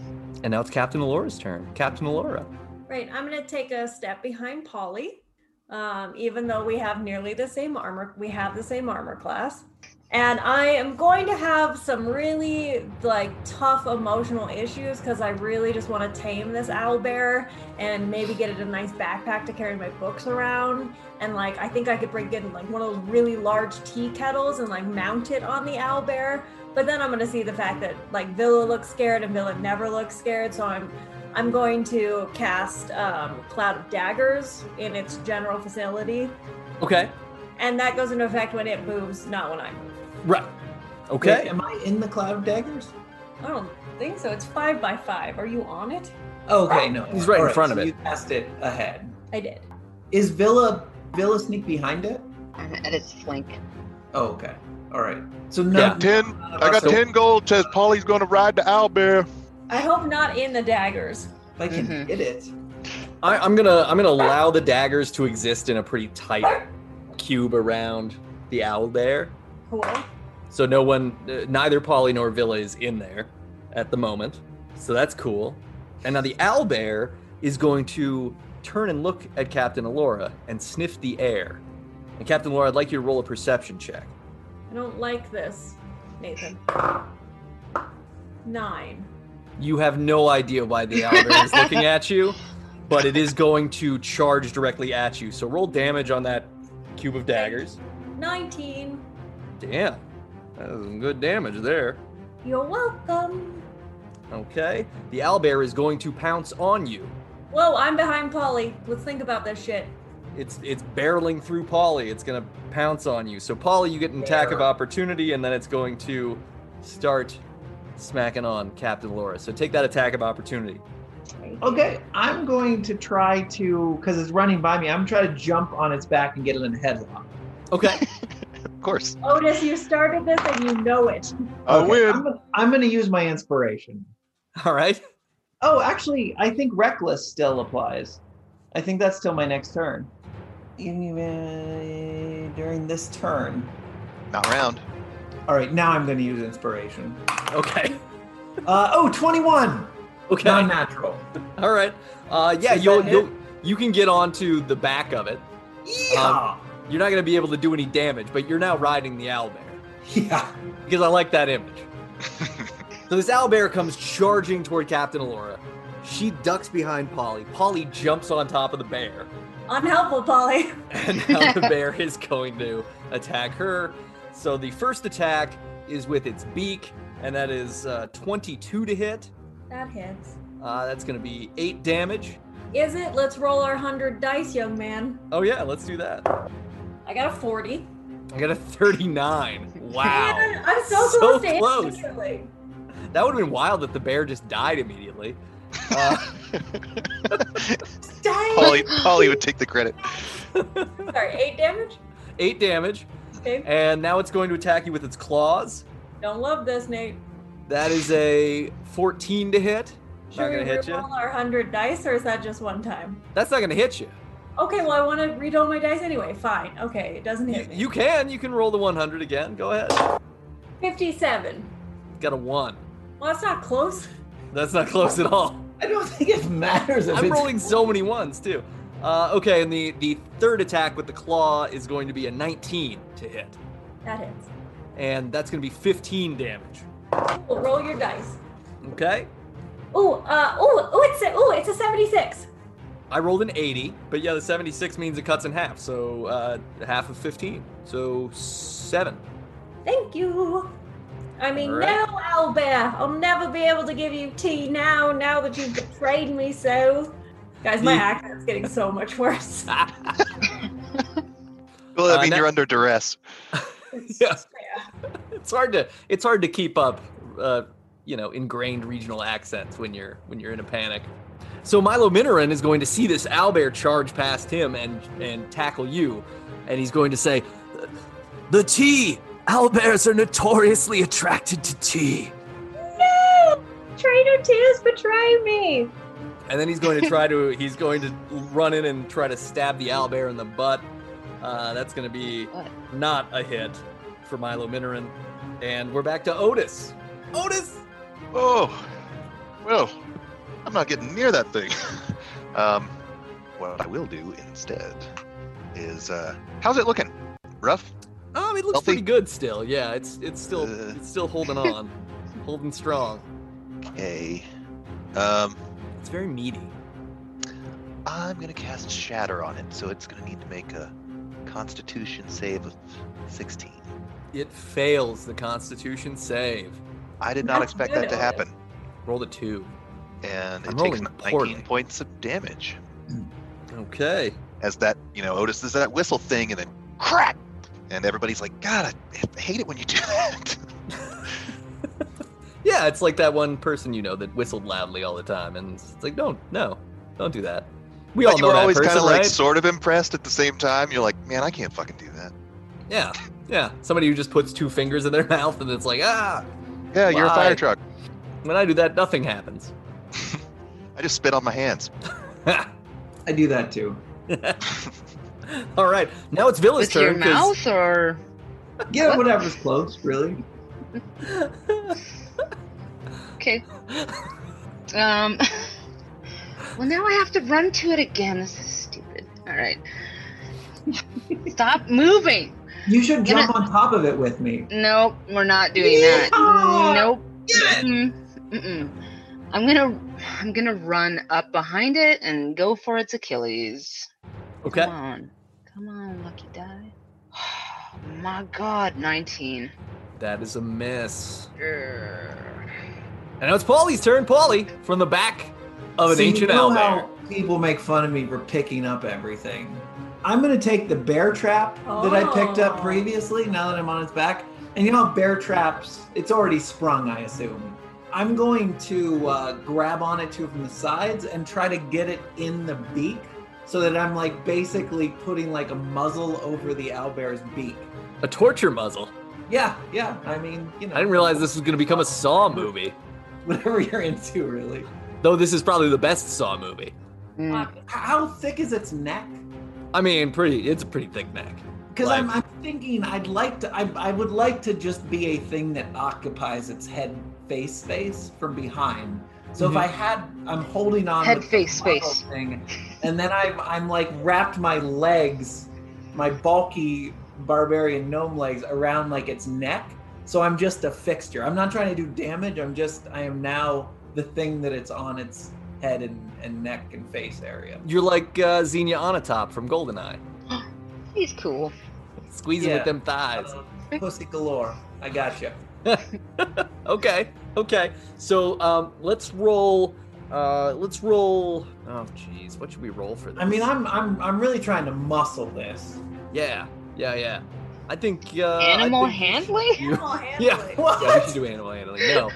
S2: And now it's Captain Alora's turn. Captain Alora.
S1: Right. I'm going to take a step behind Polly. Um, even though we have nearly the same armor, we have the same armor class. And I am going to have some really like tough emotional issues because I really just want to tame this owl bear and maybe get it a nice backpack to carry my books around. And like I think I could bring in like one of those really large tea kettles and like mount it on the owl bear. But then I'm gonna see the fact that like Villa looks scared and Villa never looks scared, so I'm I'm going to cast um, Cloud of Daggers in its general facility,
S2: Okay.
S1: and that goes into effect when it moves, not when I move.
S2: Right.
S3: Wait,
S2: Okay.
S3: am I in the cloud of daggers?
S1: I don't think so. It's five by five. Are you on it?
S3: Oh, Okay, no.
S2: He's right in
S3: Alright,
S2: front of
S3: so
S2: it.
S3: You passed it ahead.
S1: I did.
S3: Is Villa Villa sneak behind it?
S4: I'm at its flank.
S3: Oh, okay. All right. So no.
S2: Yeah.
S5: Ten.
S3: none of
S5: I got
S3: us are-
S5: ten gold. Says Polly's gonna ride the owlbear.
S1: I hope not in the daggers.
S3: If I can
S4: Mhm.
S3: hit it.
S2: I, I'm gonna I'm gonna allow the daggers to exist in a pretty tight cube around the owl there.
S1: Cool.
S2: So no one, uh, neither Polly nor Villa is in there at the moment. So that's cool. And now the owl bear is going to turn and look at Captain Alora and sniff the air. And Captain Alora, I'd like you to roll a perception check.
S1: I don't like this, Nathan. Nine.
S2: You have no idea why the owl bear is looking at you, but it is going to charge directly at you. So roll damage on that cube of daggers.
S1: Nineteen.
S2: Damn, that is some good damage there.
S1: You're welcome.
S2: Okay, the owlbear is going to pounce on you.
S1: Whoa, I'm behind Polly. Let's think about this shit.
S2: It's it's barreling through Polly. It's gonna pounce on you. So Polly, you get an attack of opportunity, and then it's going to start smacking on Captain Laura. So take that attack of opportunity.
S3: Okay, I'm going to try to because it's running by me. I'm trying to jump on its back and get it in a headlock.
S2: Okay.
S5: Of course.
S1: Otis, you started this and you know it.
S5: I
S3: Okay, I'm
S5: win.
S3: gonna, I'm gonna use my inspiration.
S2: All right.
S3: Oh, actually, I think reckless still applies. I think that's till my next turn. Even during this turn.
S5: Not round.
S3: All right, now I'm going to use inspiration.
S2: Okay.
S3: Uh, oh, 21!
S2: Okay.
S3: Non-natural.
S2: All right. Uh, yeah,
S3: Does
S2: you'll
S3: that
S2: you'll you can get onto the back of it.
S3: Yeah.
S2: You're not gonna be able to do any damage, but you're now riding the owlbear.
S3: yeah.
S2: because I like that image. so this owlbear comes charging toward Captain Alora. She ducks behind Polly. Polly jumps on top of the bear,
S1: Unhelpful, Polly.
S2: and now the bear is going to attack her. So the first attack is with its beak, and that is uh, 22 to hit.
S1: That hits.
S2: Uh, that's going to be eight damage.
S1: Is it? Let's roll our 100 dice, young man.
S2: Oh yeah, let's do that.
S1: I got a 40.
S2: I got a 39. Wow,
S1: Man, I'm so,
S2: So
S1: close to
S2: close.
S1: instantly.
S2: that would have been wild if the bear just died immediately. Uh,
S5: Polly, Polly would take the credit.
S1: Sorry, 8 damage?
S2: eight damage,
S1: Okay.
S2: and now it's going to attack you with its claws.
S1: Don't love this, Nate.
S2: That is a 14 to hit.
S1: Should
S2: gonna
S1: we
S2: hit ya.
S1: re-roll our 100 dice or is that just one time?
S2: That's not going to hit you.
S1: Okay, well, I want to reroll my dice anyway. Fine. Okay, it doesn't
S2: you.
S1: hit me.
S2: You can. You can roll the 100 again. Go ahead.
S1: 57.
S2: Got a 1.
S1: Well, that's not close.
S2: That's not close at all.
S3: I don't think it matters if
S2: I'm
S3: it's
S2: rolling so many ones, too. Uh, okay, and the, the third attack with the claw is going to be a 19 to hit.
S1: That hits.
S2: And that's going to be 15 damage.
S1: Cool, roll your dice.
S2: Okay?
S1: Ooh, uh, ooh, ooh, it's a, ooh, it's a 76.
S2: I rolled an 80, but yeah, the 76 means it cuts in half. So uh, half of 15. So 7.
S1: Thank you. I mean,
S2: All right.
S1: no, Owlbear. I'll never be able to give you tea now, now that you've betrayed me so. Guys, my
S2: The-
S1: accent's getting so much worse.
S5: Well, I
S2: Uh,
S5: mean,
S2: na-
S5: you're under duress.
S2: yeah. it's hard to it's hard to keep up uh, you know ingrained regional accents when you're when you're in a panic so milo minoran is going to see this owlbear charge past him and and tackle you and he's going to say the tea owlbears are notoriously attracted to tea
S1: No! Trader Tears betrayed me!
S2: and then he's going to try to he's going to run in and try to stab the owlbear in the butt Uh, that's going to be
S4: What?
S2: not a hit for Milo Minarin. And we're back to Otis. Otis!
S5: Oh, well, I'm not getting near that thing. um, what I will do instead is, uh, how's it looking? Rough?
S2: Um, it looks
S5: Healthy?
S2: pretty good still. Yeah, it's it's still
S5: Uh.
S2: it's still holding on, holding strong.
S5: Okay. Um,
S2: It's very meaty.
S5: I'm gonna cast Shatter on it, so it's gonna need to make a Constitution save of 16.
S2: It fails the Constitution save.
S5: I did not
S1: That's
S5: expect
S1: good,
S5: that to
S1: Otis.
S5: happen,
S2: Rolled a two.
S5: and it
S2: I'm
S5: takes
S2: rolling
S5: 19
S2: poorly.
S5: points of damage.
S2: Okay.
S5: As that, you know, Otis does that whistle thing, and then crack, and everybody's like, "God, I hate it when you do that."
S2: Yeah, it's like that one person you know that whistled loudly all the time, and it's like, don't, no, don't do that. We all
S5: you
S2: know
S5: were
S2: that
S5: always
S2: person,
S5: kind of like
S2: right?
S5: sort of impressed at the same time. You're like, "Man, I can't fucking do that."
S2: yeah, yeah. Somebody who just puts two fingers in their mouth and it's like, ah.
S5: Yeah, you're a
S2: Why?
S5: fire truck.
S2: When I do that, nothing happens.
S5: I just spit on my hands.
S3: I do that too.
S2: all right, now it's Villa's
S4: With your
S2: turn. 'cause-
S4: mouth or
S3: Yeah, whatever's close, really.
S4: okay. Um. Well, now I have to run to it again. This is stupid. All right. Stop moving.
S3: You should
S4: Gonna-
S3: jump on top of it with me.
S4: Nope, we're not doing that.
S3: Yeehaw!
S4: Nope. Mm-mm. Mm-mm. I'm gonna, I'm gonna run up behind it and go for its Achilles.
S2: okay.
S4: Come on, come on, lucky die. my God, 19.
S2: That is a miss.
S4: Grr.
S2: And now it's Paulie's turn. Paulie from the back of an
S3: So you
S2: ancient
S3: know
S2: owl
S3: how
S2: bear.
S3: people make fun of me for picking up everything. I'm gonna take the bear trap that I picked up
S1: Oh.
S3: previously. Now that I'm on its back, and you know how bear traps, it's already sprung, I assume. I'm going to uh, grab on it too from the sides and try to get it in the beak, so that I'm like basically putting like a muzzle over the owlbear's beak.
S2: A torture muzzle.
S3: Yeah, yeah. I mean, you know,
S2: I didn't realize this was going to become a Saw movie,
S3: whatever you're into, really.
S2: though this is probably the best Saw movie.
S4: Mm.
S1: Fuck.
S3: H- How thick is its neck?
S2: I mean, pretty. It's a pretty thick neck.
S3: Because
S2: Like-
S3: I'm, I'm thinking I'd like to I, I would like to just be a thing that occupies its head face space from behind. So
S2: Mhm.
S3: if I had I'm holding on
S4: Head
S3: with the
S4: face
S3: bottle
S4: space.
S3: thing, and then I'm I'm like wrapped my legs, my bulky barbarian gnome legs around like its neck. So I'm just a fixture. I'm not trying to do damage. I'm just I am now the thing that it's on its head and, and neck and face area.
S2: You're like uh, Xenia Onatop from Goldeneye,
S4: He's cool.
S2: squeezing
S3: Yeah.
S2: with them thighs.
S3: Uh, pussy galore. I gotcha.
S2: Okay, okay. So um, let's roll. Uh, let's roll. Oh, jeez, what should we roll for this?
S3: I mean, I'm I'm I'm really trying to muscle this.
S2: Yeah, yeah, yeah. I think uh, I
S4: Animal
S2: think-
S4: handling?
S1: Animal handling.
S2: Yeah. Yeah, we should
S3: What?
S2: do animal handling. No.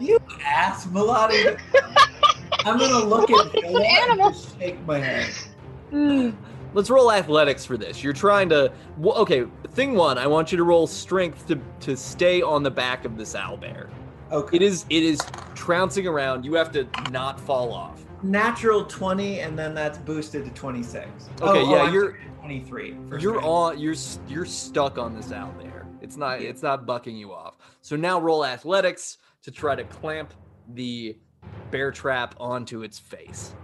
S3: you ass, Melody. I'm gonna look
S4: What
S3: at
S4: is
S3: Noah and
S4: animal?
S3: just shake my head.
S4: Mm.
S2: Let's roll athletics for this. You're trying to. wh- Okay, thing one, I want you to roll strength to to stay on the back of this owl bear.
S3: Okay.
S2: It is it is trouncing around. You have to not fall off.
S3: Natural 20, and then that's boosted to 26.
S2: Okay,
S3: Oh, oh,
S2: yeah,
S3: I'm
S2: you're
S3: 23. for
S2: you're
S3: strength.
S2: on you're s- you're stuck on this owl bear. It's not
S3: Yeah.
S2: it's not bucking you off. So now roll athletics to try to clamp the bear trap onto its face.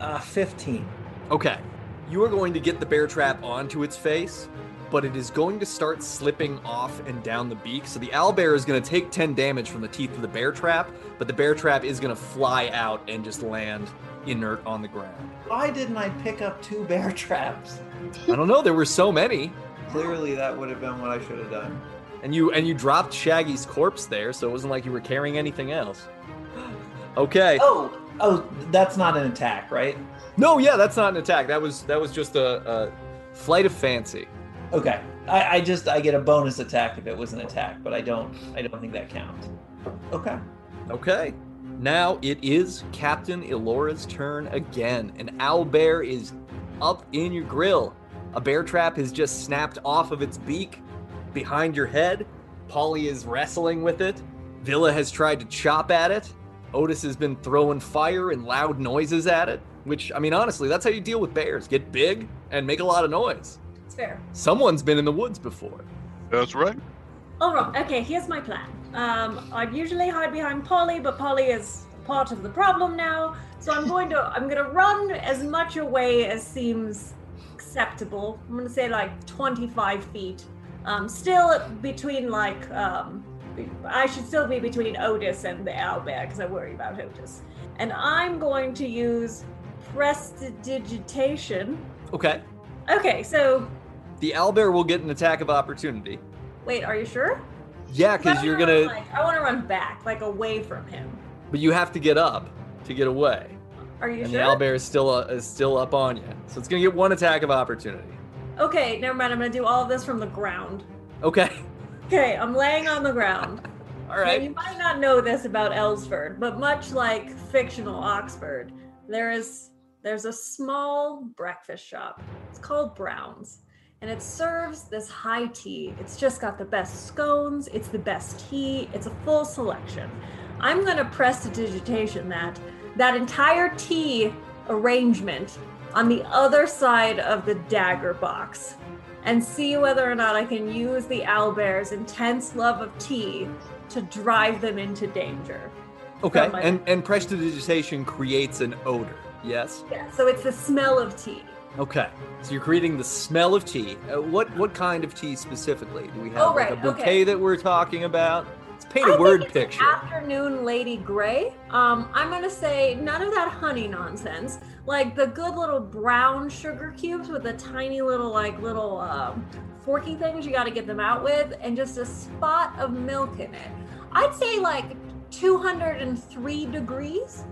S3: uh, 15.
S2: Okay. You are going to get the bear trap onto its face, but it is going to start slipping off and down the beak. So the owl bear is going to take 10 damage from the teeth of the bear trap, but the bear trap is going to fly out and just land inert on the ground.
S3: Why didn't I pick up two bear traps?
S2: I don't know, there were so many.
S3: Clearly, that would have been what I should have done.
S2: And you and you dropped Shaggy's corpse there, so it wasn't like you were carrying anything else. Okay.
S3: Oh, oh, that's not an attack, right?
S2: No, yeah, that's not an attack. That was that was just a, a flight of fancy.
S3: Okay. I, I just I get a bonus attack if it was an attack, but I don't I don't think that counts. Okay.
S2: Okay. Now it is Captain Elora's turn again. An owl bear is up in your grill. A bear trap has just snapped off of its beak behind your head. Polly is wrestling with it. Villa has tried to chop at it. Otis has been throwing fire and loud noises at it. Which, I mean, honestly, that's how you deal with bears get big and make a lot of noise.
S1: It's fair.
S2: Someone's been in the woods before.
S5: That's right.
S1: All right. Okay. Here's my plan. Um, I'd usually hide behind Polly, but Polly is part of the problem now. So I'm going to I'm going to run as much away as seems acceptable. I'm going to say like 25 feet. Um, still between like um, be- I should still be between Otis and the owlbear because I worry about Otis. And I'm going to use prestidigitation.
S2: Okay.
S1: Okay. So
S2: The owlbear will get an attack of opportunity.
S1: wait, are you sure?
S2: Yeah,
S1: I
S2: because
S1: wanna
S2: you're
S1: run,
S2: gonna,
S1: Like, I want to run back, like away from him.
S2: but you have to get up to get away,
S1: Are you
S2: and
S1: sure?
S2: the owlbear is still uh, is still up on you, so it's gonna get one attack of opportunity.
S1: Okay, never mind. I'm gonna do all of this from the ground.
S2: Okay,
S1: Okay, I'm laying on the ground.
S2: all
S1: Now,
S2: right.
S1: you might not know this about Ellsford, but much like fictional Oxford, there is there's a small breakfast shop. It's called Brown's, and it serves this high tea. It's just got the best scones. It's the best tea. It's a full selection. I'm gonna press the digitation that that entire tea arrangement on the other side of the dagger box and see whether or not I can use the owlbear's intense love of tea to drive them into danger.
S2: Okay,
S1: Somebody.
S2: and and prestidigitation creates an odor. Yes.
S1: Yeah, so it's the smell of tea.
S2: Okay. So you're creating the smell of tea. Uh, what what kind of tea specifically? Do we have
S1: Oh,
S2: like,
S1: right,
S2: a bouquet
S1: okay.
S2: that we're talking about? Let's paint
S1: I
S2: a
S1: think
S2: word
S1: it's an
S2: picture.
S1: afternoon Lady Grey. Um, I'm gonna say none of that honey nonsense. Like the good little brown sugar cubes with the tiny little like little um, forky things you got to get them out with, and just a spot of milk in it. I'd say like 203 degrees.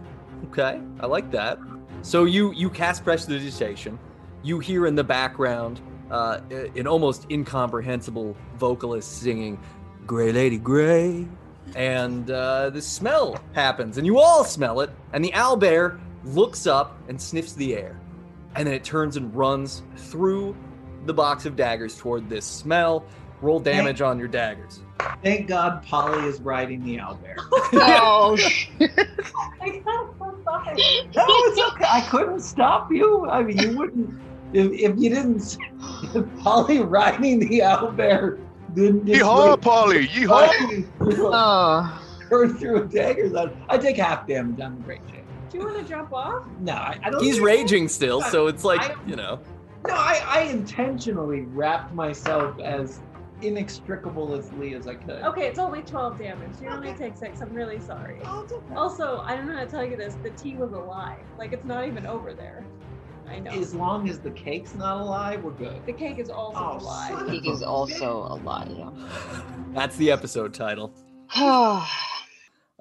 S2: Okay, I like that. So you you cast prestidigitation. You hear in the background uh, a- an almost incomprehensible vocalist singing "Gray Lady Gray," and uh, the smell happens, and you all smell it. And the owlbear looks up and sniffs the air, and then it turns and runs through the box of daggers toward this smell. Roll damage on your daggers.
S3: Thank God Polly is riding the owlbear.
S4: Oh, sh-
S1: I got so sorry.
S3: No, it's okay. I couldn't stop you. I mean, you wouldn't if, if you didn't. If Polly riding the owlbear didn't. just
S5: Yeehaw,
S3: like-
S5: Polly! Yeehaw!
S2: Uh.
S3: Polly
S4: oh.
S3: Burn through a dagger. then I take half damage. I'm in great shape.
S1: Do you want to jump off?
S3: No, I, I don't.
S2: He's
S3: think-
S2: raging still, so it's like you know.
S3: No, I, I intentionally wrapped myself as inextricable as Lee as I could.
S1: Okay, it's only 12 damage. You only take six. I'm really sorry.
S3: Oh, it's okay.
S1: Also, I don't know how to tell you this. The tea was alive. Like, it's not even over there. I know.
S3: As long as the cake's not alive, we're good.
S1: the cake is also
S3: Oh,
S1: alive.
S3: son of-
S4: He is also a lot, yeah.
S2: That's the episode title.
S4: Oh,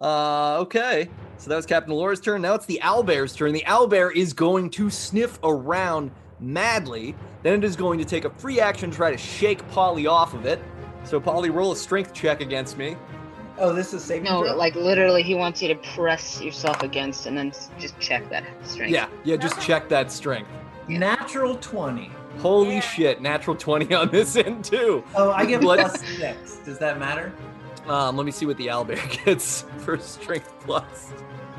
S2: Uh, okay. So that was Captain Laura's turn. Now it's the owlbear's turn. The owlbear is going to sniff around madly. Then it is going to take a free action to try to shake Polly off of it. So Polly, roll a strength check against me.
S3: Oh, this is saving
S4: no,
S3: throw?
S4: like literally, he wants you to press yourself against and then s- just check that strength.
S2: Yeah, yeah, just check that strength.
S3: natural twenty.
S2: Holy
S1: Yeah.
S2: shit, natural 20 on this end too.
S3: Oh, I get
S2: What?
S3: plus six. Does that matter?
S2: Um, let me see what the owlbear gets for strength plus.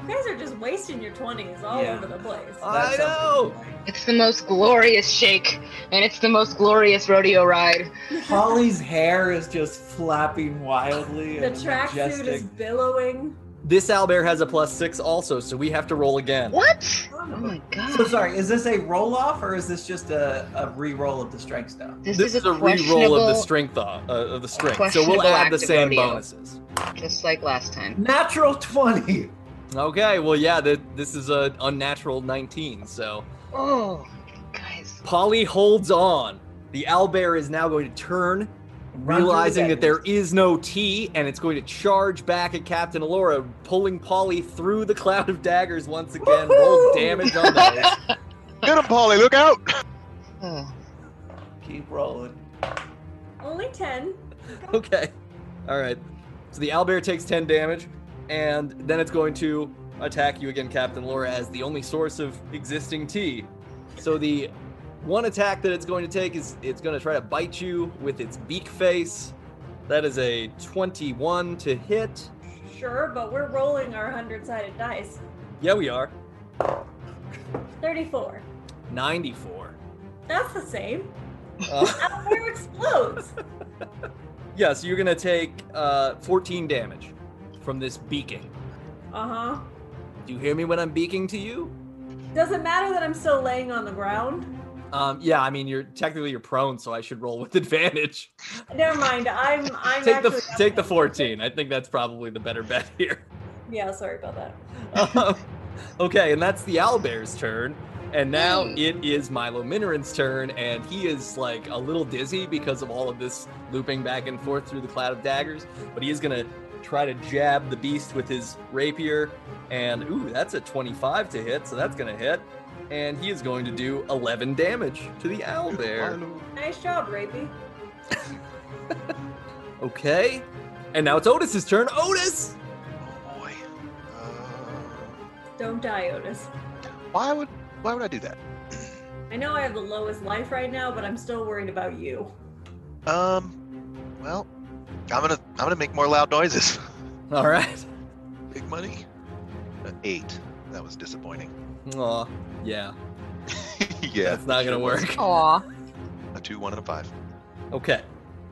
S1: You guys are just wasting your 20s all
S3: Yeah.
S1: over the place.
S2: I
S3: That's
S2: know.
S3: something.
S4: It's the most glorious shake, and it's the most glorious rodeo ride.
S3: Polly's hair is just flapping wildly.
S1: the
S3: and
S1: tracksuit is
S3: majestic.
S1: billowing.
S2: This owlbear has a plus six also, so we have to roll again.
S4: What? Oh my god.
S3: So sorry, is this a roll off or is this just a, a re-roll of the strength stuff?
S4: This,
S2: This
S4: is
S2: is
S4: a,
S2: a re-roll of the
S4: questionable-
S2: strength, uh, of the strength. So we'll
S4: questionable
S2: add
S4: act
S2: the
S4: of
S2: same
S4: rodeo.
S2: bonuses.
S4: just like last time.
S3: Natural twenty.
S2: Okay, well, yeah, th this is a unnatural 19. So
S4: Oh, guys.
S2: Polly holds on. The owlbear is now going to turn,
S3: Run through
S2: realizing
S3: the
S2: that there is no tea, and it's going to charge back at Captain Alora, pulling Polly through the cloud of daggers once again. Roll
S3: Woohoo!
S2: damage on those.
S5: Get him, Polly! Look out!
S4: Oh.
S3: Keep rolling.
S1: Only 10.
S2: okay. All right. So the owlbear takes 10 damage, and then it's going to attack you again, Captain Laura, as the only source of existing tea. So the one attack that it's going to take is it's going to try to bite you with its beak face. That is a 21 to hit.
S1: Sure, but we're rolling our 100 sided dice.
S2: Yeah, we are.
S1: 34.
S2: 94.
S1: That's the same.
S2: Uh,
S1: Fire explodes.
S2: yeah, so you're going to take uh, 14 damage from this beaking.
S1: Uh huh.
S2: Do you hear me when I'm beaking to you?
S1: Does it matter that I'm still laying on the ground?
S2: Um, yeah, I mean, you're technically you're prone, so I should roll with advantage.
S1: Never mind. I'm. I'm
S2: take
S1: actually
S2: the take the 14. I think that's probably the better bet here.
S1: Yeah. Sorry about that.
S2: Um, okay, and that's the owlbear's turn. And now
S4: Hmm.
S2: it is Milo Minarin's turn, and he is like a little dizzy because of all of this looping back and forth through the cloud of daggers. But he is gonna try to jab the beast with his rapier, and ooh, that's a 25 to hit, so that's gonna hit. And he is going to do 11 damage to the owlbear.
S1: Nice job, Rapey.
S2: Okay, and now it's Otis's turn. Otis,
S5: Oh boy. Uh,
S1: Don't die, Otis.
S5: why would why would I do that?
S1: I know I have the lowest life right now, but I'm still worried about you.
S5: Um, well, I'm gonna I'm gonna make more loud noises.
S2: all right.
S5: Big money. Uh, eight. That was disappointing.
S2: Aw, yeah,
S5: yeah,
S2: that's not gonna
S5: sure was.
S2: work.
S4: Aw.
S5: A two, one, and a five.
S2: Okay.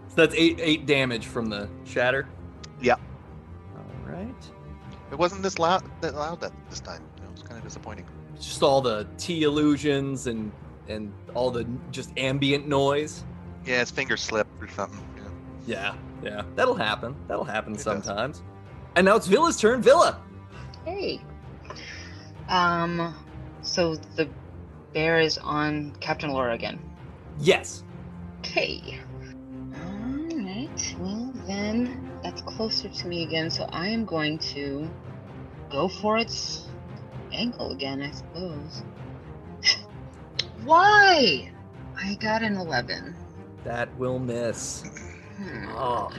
S2: So that's eight eight damage from the shatter.
S5: Yeah.
S2: All right.
S5: It wasn't this loud that loud that this time. It was kind of disappointing.
S2: Just all the tea illusions and and all the just ambient noise.
S5: Yeah, his finger slipped or something. you know.
S2: Yeah. Yeah. That'll happen. That'll happen
S5: It does.
S2: sometimes. And now it's Villa's turn. Villa.
S4: Hey. Um. So the bear is on Captain Laura again.
S2: Yes.
S4: Okay. Alright, well then, that's closer to me again, so I am going to go for its ankle again, I suppose. Why? I got an 11.
S2: That will miss.
S4: Hmm.
S2: Oh.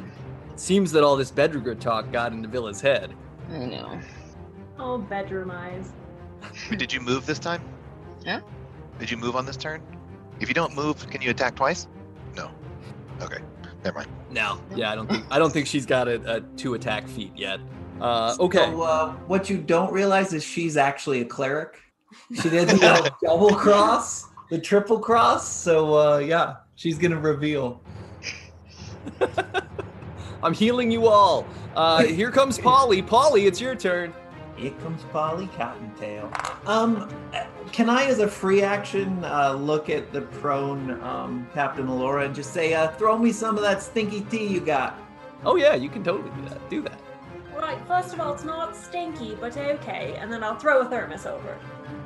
S2: It seems that all this Bedrigger talk got into Villa's head.
S4: I know.
S1: Oh, bedroom eyes.
S5: Wait, Did you move this time?
S4: Yeah.
S5: Did you move on this turn? If you don't move, can you attack twice? No. Okay. Never mind.
S2: No. Yeah, I don't think I don't think she's got a, a two attack feat yet. Uh, okay.
S3: So, uh, what you don't realize is she's actually a cleric. She did the uh, double cross, the triple cross. So uh, yeah, she's gonna reveal.
S2: I'm healing you all. Uh, here comes Polly. Polly, it's your turn.
S3: Here comes Polly Cottontail. Um, uh, can I, as a free action, uh, look at the prone um, Captain Laura and just say, uh, "Throw me some of that stinky tea you got."
S2: Oh yeah, you can totally do that. Do that.
S1: Right. First of all, it's not stinky, but okay. And then I'll throw a thermos over.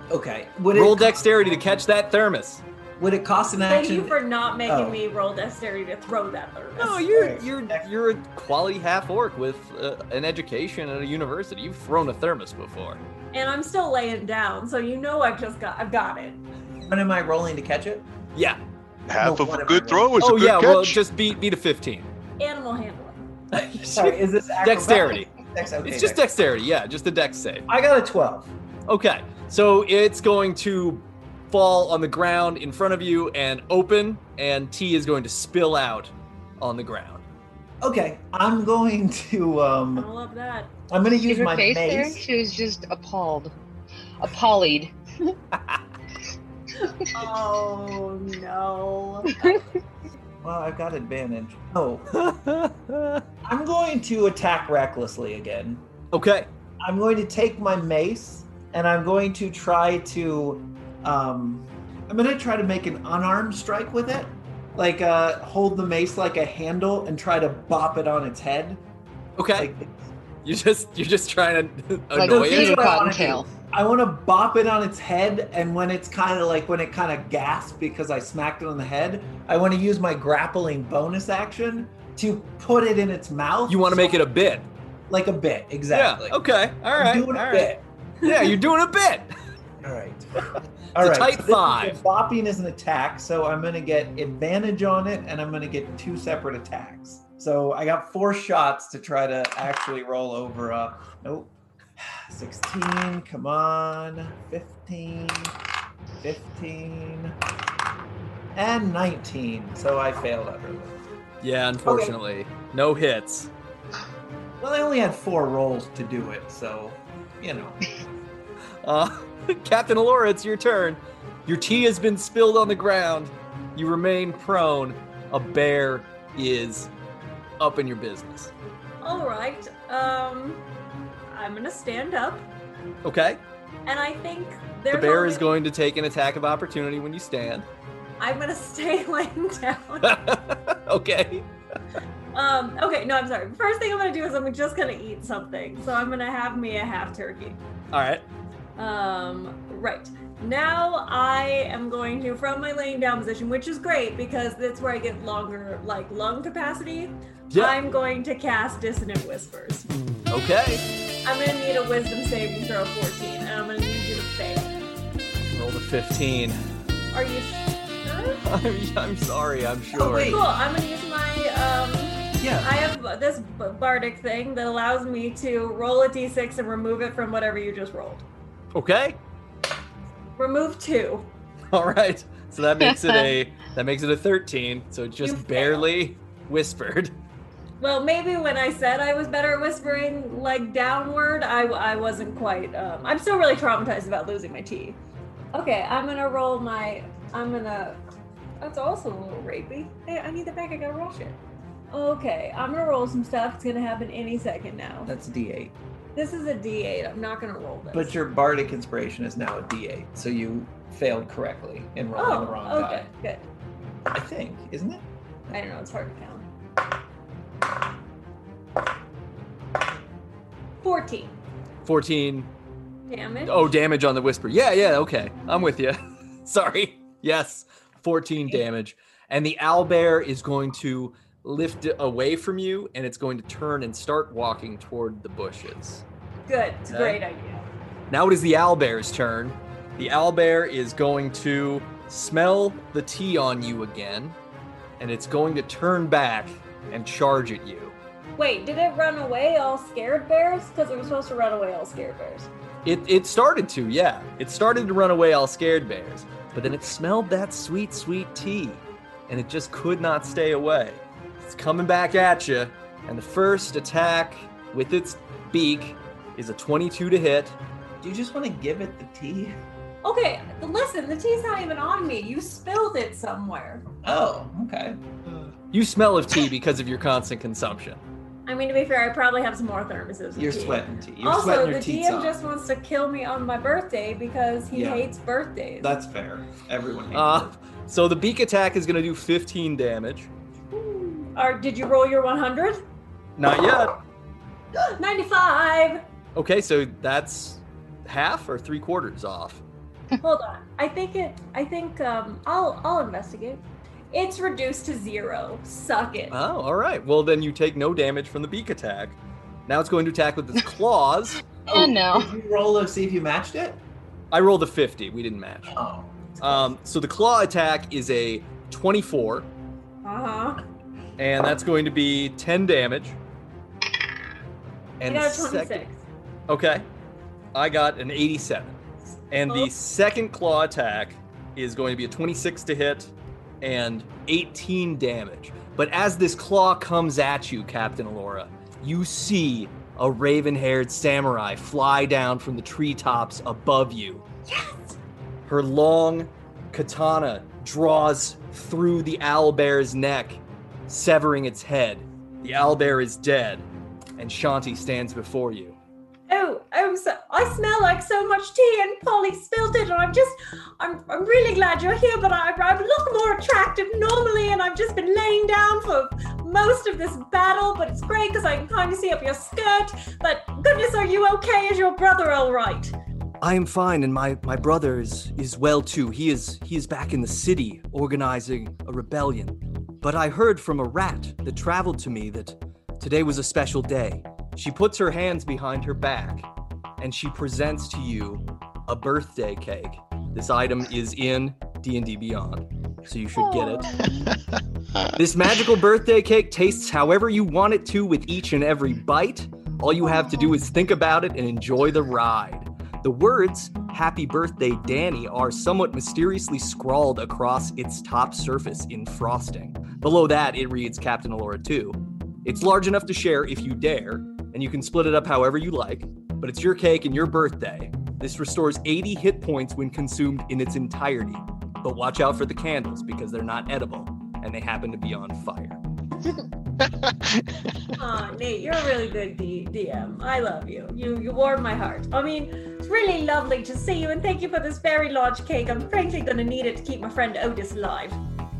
S3: Okay. Would
S2: Roll
S3: it
S2: dexterity to catch that thermos.
S3: would it cost an
S1: Thank
S3: action?
S1: you for not making
S3: Oh.
S1: me roll dexterity to throw that thermos.
S2: No, you're
S3: Alright.
S2: you're you're a quality half orc with uh, an education at a university. You've thrown a thermos before.
S1: And I'm still laying down, so you know I've just got I've got it.
S3: When am I rolling to catch it?
S2: Yeah.
S5: Half
S3: No,
S5: of a
S3: whatever.
S5: good throw is
S2: oh
S5: a good
S2: yeah.
S5: catch.
S2: Well, just beat beat a fifteen.
S1: Animal handling.
S3: Sorry, is this acrobatic?
S2: dexterity.
S3: Dex- okay,
S2: It's just
S3: dex.
S2: dexterity. Yeah, just a dex save.
S3: I got a twelve.
S2: Okay. So it's going to fall on the ground in front of you and open, and tea is going to spill out on the ground.
S3: Okay, I'm going to
S1: I
S3: um,
S1: love that.
S3: I'm going to
S4: See
S3: use
S4: her
S3: my
S4: face there?
S3: mace.
S4: She was just appalled. Appalled.
S1: Oh no.
S3: Well, I've got advantage. Oh, I'm going to attack recklessly again.
S2: okay.
S3: I'm going to take my mace and I'm going to try to um I'm going to try to make an unarmed strike with it. Like uh hold the mace like a handle and try to bop it on its head.
S2: Okay.
S3: Like
S2: You just you're just trying to
S4: Like
S2: annoy
S3: here's
S4: Peter
S2: it.
S3: what I wanna
S4: Cottontail.
S3: I want to bop it on its head and when it's kind of like when it kind of gasps because I smacked it on the head, I want to use my grappling bonus action to put it in its mouth.
S2: You want to make it a bit.
S3: like a bit, exactly.
S2: Yeah. Okay. All right.
S3: I'm doing
S2: all
S3: a
S2: right.
S3: bit.
S2: Yeah, you're doing a bit.
S3: All right. All right.
S2: tight
S3: so this is-
S2: five.
S3: Bopping is an attack, so I'm going to get advantage on it, and I'm going to get two separate attacks. So I got four shots to try to actually roll over. Uh, nope. 16, come on. 15, 15, and 19. So I failed utterly.
S2: Yeah, unfortunately, no hits.
S3: Well, I only had four rolls to do it, so, you know.
S2: Uh, Captain Alora, it's your turn. Your tea has been spilled on the ground. You remain prone. A bear is up in your business.
S1: All right. Um, I'm gonna stand up,
S2: Okay?
S1: and I think there's
S2: the bear
S1: only-
S2: is going to take an attack of opportunity when you stand.
S1: I'm gonna stay laying down.
S2: okay.
S1: um, okay, no, I'm sorry. First thing I'm gonna do is I'm just gonna eat something. So I'm gonna have me a half turkey.
S2: All right.
S1: Um, right. Now I am going to, from my laying down position, which is great because that's where I get longer, like lung capacity.
S2: Yeah.
S1: I'm going to cast Dissonant Whispers.
S2: Okay.
S1: I'm gonna need a Wisdom saving throw of 14, and I'm gonna need you to fail.
S2: Roll the 15.
S1: Are you sure?
S2: I'm, I'm sorry, I'm sure.
S3: wait.
S1: Cool. I'm gonna use my um,
S3: Yeah.
S1: I have this b- bardic thing that allows me to roll a d6 and remove it from whatever you just rolled.
S2: Okay.
S1: Remove two.
S2: All right. So that makes it a that makes it a 13. So
S1: You
S2: just
S1: failed.
S2: barely whispered.
S1: Well, maybe when I said I was better at whispering, like downward, I, I wasn't quite. Um, I'm still really traumatized about losing my tea. Okay, I'm gonna roll my. I'm gonna. That's also a little rapey. Hey, I need the back. I gotta roll shit. Okay, I'm gonna roll some stuff. It's gonna happen any second now.
S3: That's a D8.
S1: This is a d8. I'm not gonna roll this.
S3: But your bardic inspiration is now a D8, so you failed correctly in rolling
S1: oh,
S3: the wrong
S1: okay,
S3: die.
S1: good.
S3: I think, isn't it?
S1: I don't know. It's hard to count. Fourteen
S2: 14.
S1: damage.
S2: Oh, damage on the whisper. Yeah, yeah, okay. I'm with you. Sorry. Yes. 14 damage. And the owlbear is going to lift it away from you and it's going to turn and start walking toward the bushes.
S1: good. It's a great idea.
S2: Now it is the owlbear's turn. The owlbear is going to smell the tea on you again, and it's going to turn back and charge at you.
S1: Wait, did it run away all scared bears? Because it was supposed to run away all scared bears.
S2: It, it started to, yeah. It started to run away all scared bears, but then it smelled that sweet, sweet tea, and it just could not stay away. It's coming back at you, and the first attack with its beak is a 22 to hit.
S3: Do you just want to give it the tea?
S1: Okay, listen, the tea's not even on me. You spilled it somewhere.
S3: Oh, okay.
S2: You smell of tea because of your constant consumption.
S1: I mean, to be fair, I probably have some more thermoses. of
S3: You're
S1: tea.
S3: sweating tea. You're
S1: also,
S3: sweating
S1: the
S3: your teeth
S1: DM
S3: off.
S1: just wants to kill me on my birthday because he
S3: Yeah.
S1: hates birthdays.
S3: That's fair. Everyone hates
S2: Uh, so the beak attack is going to do 15 damage.
S1: Or did you roll your 100?
S2: Not yet.
S1: 95!
S2: Okay, so that's half or three quarters off.
S1: Hold on. I think it. I think um. I'll I'll investigate. It's reduced to zero. Suck it.
S2: Oh, all right. Well, then you take no damage from the beak attack. Now it's going to attack with its claws.
S4: Oh no.
S3: Did you roll to see if you matched it?
S2: I rolled a 50. We didn't match.
S3: Oh.
S2: Um, so the claw attack is a 24,
S1: Uh huh.
S2: and that's going to be 10 damage.
S1: You
S2: And the
S1: got a
S2: second-
S1: twenty-six.
S2: Okay. I got an 87. And
S1: Oh.
S2: the second claw attack is going to be a 26 to hit and 18 damage. But as this claw comes at you, Captain Alora, you see a raven haired samurai fly down from the treetops above you.
S1: Yes.
S2: Her long katana draws through the owlbear's neck, severing its head. The owlbear is dead, and Shanti stands before you.
S1: Oh, oh, so I smell like so much tea, and Polly spilled it, and I'm just, I'm, I'm really glad you're here, but I, I look more attractive normally, and I've just been laying down for most of this battle, but it's great because I can kind of see up your skirt. But goodness, are you okay? Is your brother all right?
S2: I am fine, and my, my brother is, is well too. He is he is back in the city organizing a rebellion. But I heard from a rat that traveled to me that today was a special day. She puts her hands behind her back and she presents to you a birthday cake. This item is in D&D Beyond, so you should get it. This magical birthday cake tastes however you want it to with each and every bite. All you have to do is think about it and enjoy the ride. The words, Happy Birthday Danny, are somewhat mysteriously scrawled across its top surface in frosting. Below that, it reads Captain Alora 2. It's large enough to share if you dare, and you can split it up however you like, but it's your cake and your birthday. This restores 80 hit points when consumed in its entirety. But watch out for the candles because they're not edible and they happen to be on fire.
S1: Aw, Ah, Nate, you're a really good D- DM. I love you. You you warm my heart. I mean, it's really lovely to see you, and thank you for this very large cake. I'm frankly gonna need it to keep my friend Otis alive.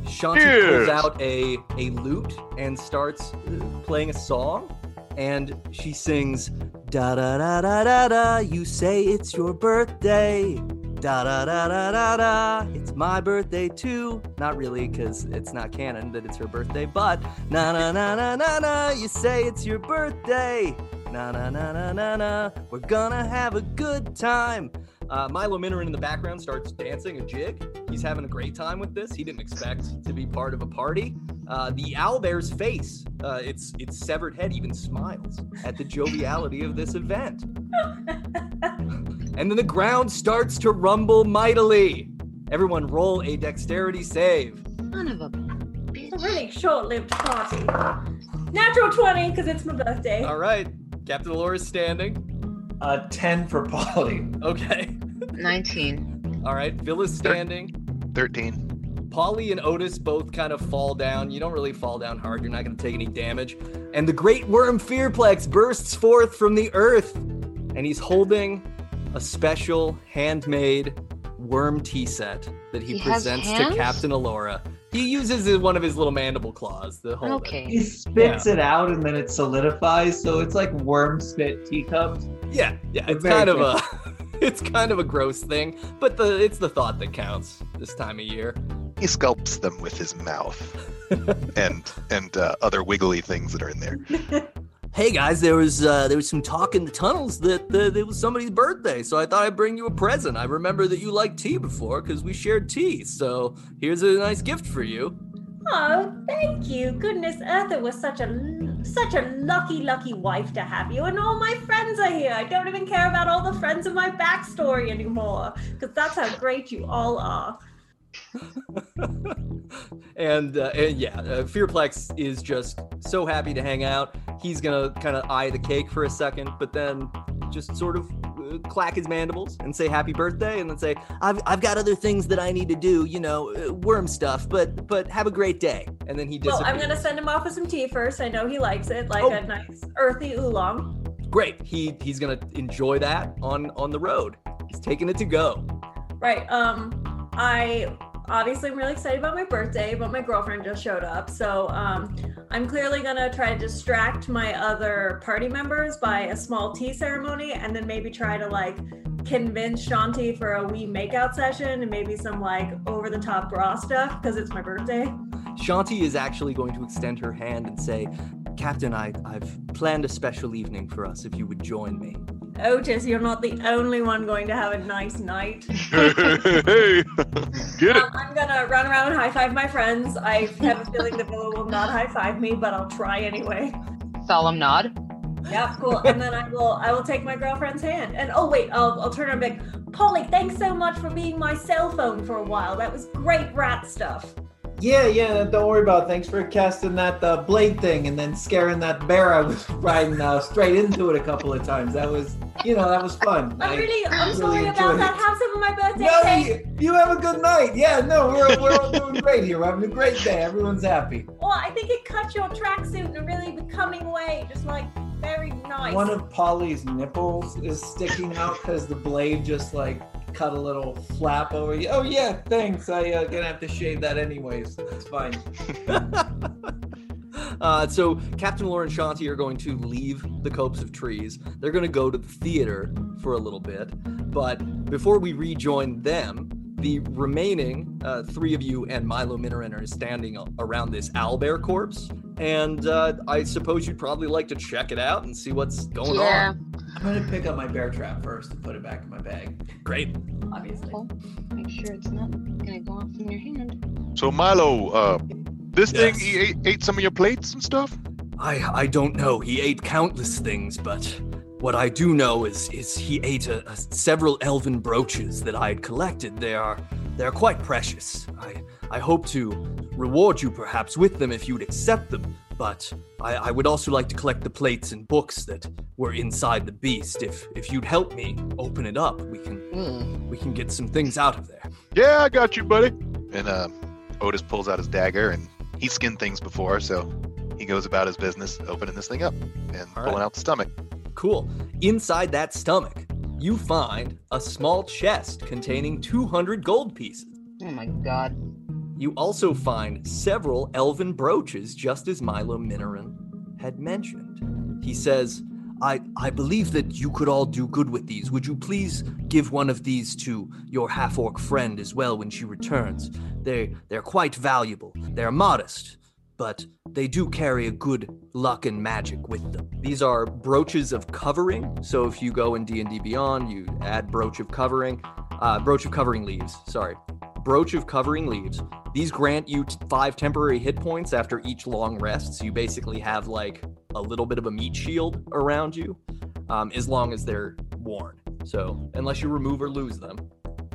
S2: Shanti pulls
S6: Yes.
S2: out a, a lute and starts uh, playing a song. And she sings, da da da da da da, you say it's your birthday. Da da da da da da, it's my birthday too. Not really, because it's not canon that it's her birthday, but na na na na na na, you say it's your birthday. Na na na na na na, we're gonna have a good time. Uh, Milo Minorin in the background starts dancing a jig. He's having a great time with this. He didn't expect to be part of a party. Uh, the owlbear's face, uh, its its severed head, even smiles at the joviality of this event. and then the ground starts to rumble mightily. Everyone, roll a dexterity save.
S4: Son of a
S1: It's
S4: bitch.
S1: a really short-lived party. Natural twenty, because it's my birthday.
S2: All right, Captain Laura's standing.
S3: Uh, 10 for Polly.
S2: Okay.
S4: 19.
S2: All right, Phil is standing.
S5: 13.
S2: Polly and Otis both kind of fall down. You don't really fall down hard. You're not going to take any damage. And the great worm Fearplex bursts forth from the earth, and he's holding a special handmade worm tea set that he,
S4: He has
S2: presents to
S4: hands?
S2: Captain Alora. He uses his- one of his little mandible claws to hold
S4: Okay.
S3: He spits it out and then it solidifies, so it's like worm spit teacups.
S2: it. Yeah, yeah.
S3: We're
S2: It's
S3: very
S2: kind of a, it's kind of a gross thing, but the it's the thought that counts this time of year.
S5: He sculpts them with his mouth and and uh, other wiggly things that are in there.
S2: hey guys there was uh, there was some talk in the tunnels that uh, there was somebody's birthday so i thought i'd bring you a present i remember that you liked tea before because we shared tea so here's a nice gift for you
S1: Oh, thank you. Goodness, Eartha was such a l- such a lucky, lucky wife to have you, and all my friends are here. I don't even care about all the friends in my backstory anymore, because that's how great you all are.
S2: and, uh, and yeah uh, fearplex is just so happy to hang out he's gonna kind of eye the cake for a second but then just sort of uh, clack his mandibles and say happy birthday and then say I've, I've got other things that i need to do you know uh, worm stuff but but have a great day and then he
S1: Well,
S2: disappears
S1: I'm gonna send him off with some tea first. I know he likes it, like
S2: Oh.
S1: a nice earthy oolong.
S2: great he he's gonna enjoy that on on the road he's taking it to go
S1: Right. Um, I obviously am really excited about my birthday, but my girlfriend just showed up, so um, I'm clearly gonna try to distract my other party members by a small tea ceremony, and then maybe try to like convince Shanti for a wee makeout session and maybe some like over the top bra stuff because it's my birthday.
S2: shanti is actually going to extend her hand and say captain i i've planned a special evening for us if you would join me
S1: Otis, Oh, you're not the only one going to have a nice night.
S6: hey, hey, hey. Get it.
S1: Um, I'm gonna run around and high five my friends. I have a feeling the villain will not high five me, but I'll try anyway.
S4: Solemn nod.
S1: Yeah, cool. And then I will I will take my girlfriend's hand. And oh wait, I'll I'll turn around and be like, Polly, thanks so much for being my cell phone for a while. That was great rat stuff.
S3: Yeah, yeah, don't worry about it. Thanks for casting that uh, blade thing and then scaring that bear. I was riding uh, straight into it a couple of times. That was, you know, that was fun.
S1: I'm
S3: I-
S1: really I'm
S3: really
S1: sorry about
S3: enjoyed
S1: that.
S3: it.
S1: Have some of my birthday
S3: no,
S1: cake.
S3: you, you have a good night. Yeah, no, we're, we're all doing great here. We're having a great day. Everyone's happy.
S1: Well, Oh, I think it cut your tracksuit in a really becoming way. Just like very nice.
S3: One of Polly's nipples is sticking out because the blade just like cut a little flap over you. Oh yeah, thanks. I uh, gonna have to shave that anyways. It's fine.
S2: uh, so captain laura and shanti are going to leave the copes of trees they're going to go to the theater for a little bit but before we rejoin them the remaining uh, three of you and milo minoran are standing a- around this owlbear corpse and uh, i suppose you'd probably like to check it out and see what's going
S4: yeah.
S3: I'm gonna pick up my bear trap first and put it back in my bag.
S2: on great
S1: obviously.
S4: Cool. Make sure it's not gonna go off in your hand.
S6: So Milo, uh, this thing
S2: Yes.
S6: he
S5: E-,
S6: ate, ate some of your plates and stuff.
S2: I I don't know. He ate countless things, but what I do know is is he ate a, a- several elven brooches that I had collected. They are they are quite precious. I I hope to reward you perhaps with them if you'd accept them. But I, I would also like to collect the plates and books that were inside the beast. If if you'd help me open it up, we can
S4: Mm.
S2: we can get some things out of there.
S6: Yeah, I got you, buddy.
S5: And uh, Otis pulls out his dagger, and he skinned things before, so he goes about his business opening this thing up and
S2: All
S5: pulling
S2: right.
S5: out the stomach.
S2: Cool. Inside that stomach, you find a small chest containing 200 gold pieces.
S4: Oh my god.
S2: You also find several elven brooches, just as Milo Minoran had mentioned. He says, I, I believe that you could all do good with these. Would you please give one of these to your half orc friend as well when she returns? They, they're quite valuable. They're modest, but they do carry a good luck and magic with them. These are brooches of covering. So if you go in D&D Beyond, you add brooch of covering, uh, brooch of covering leaves, sorry. Brooch of Covering Leaves. These grant you t- five temporary hit points after each long rest. So you basically have like a little bit of a meat shield around you um, as long as they're worn. So unless you remove or lose them,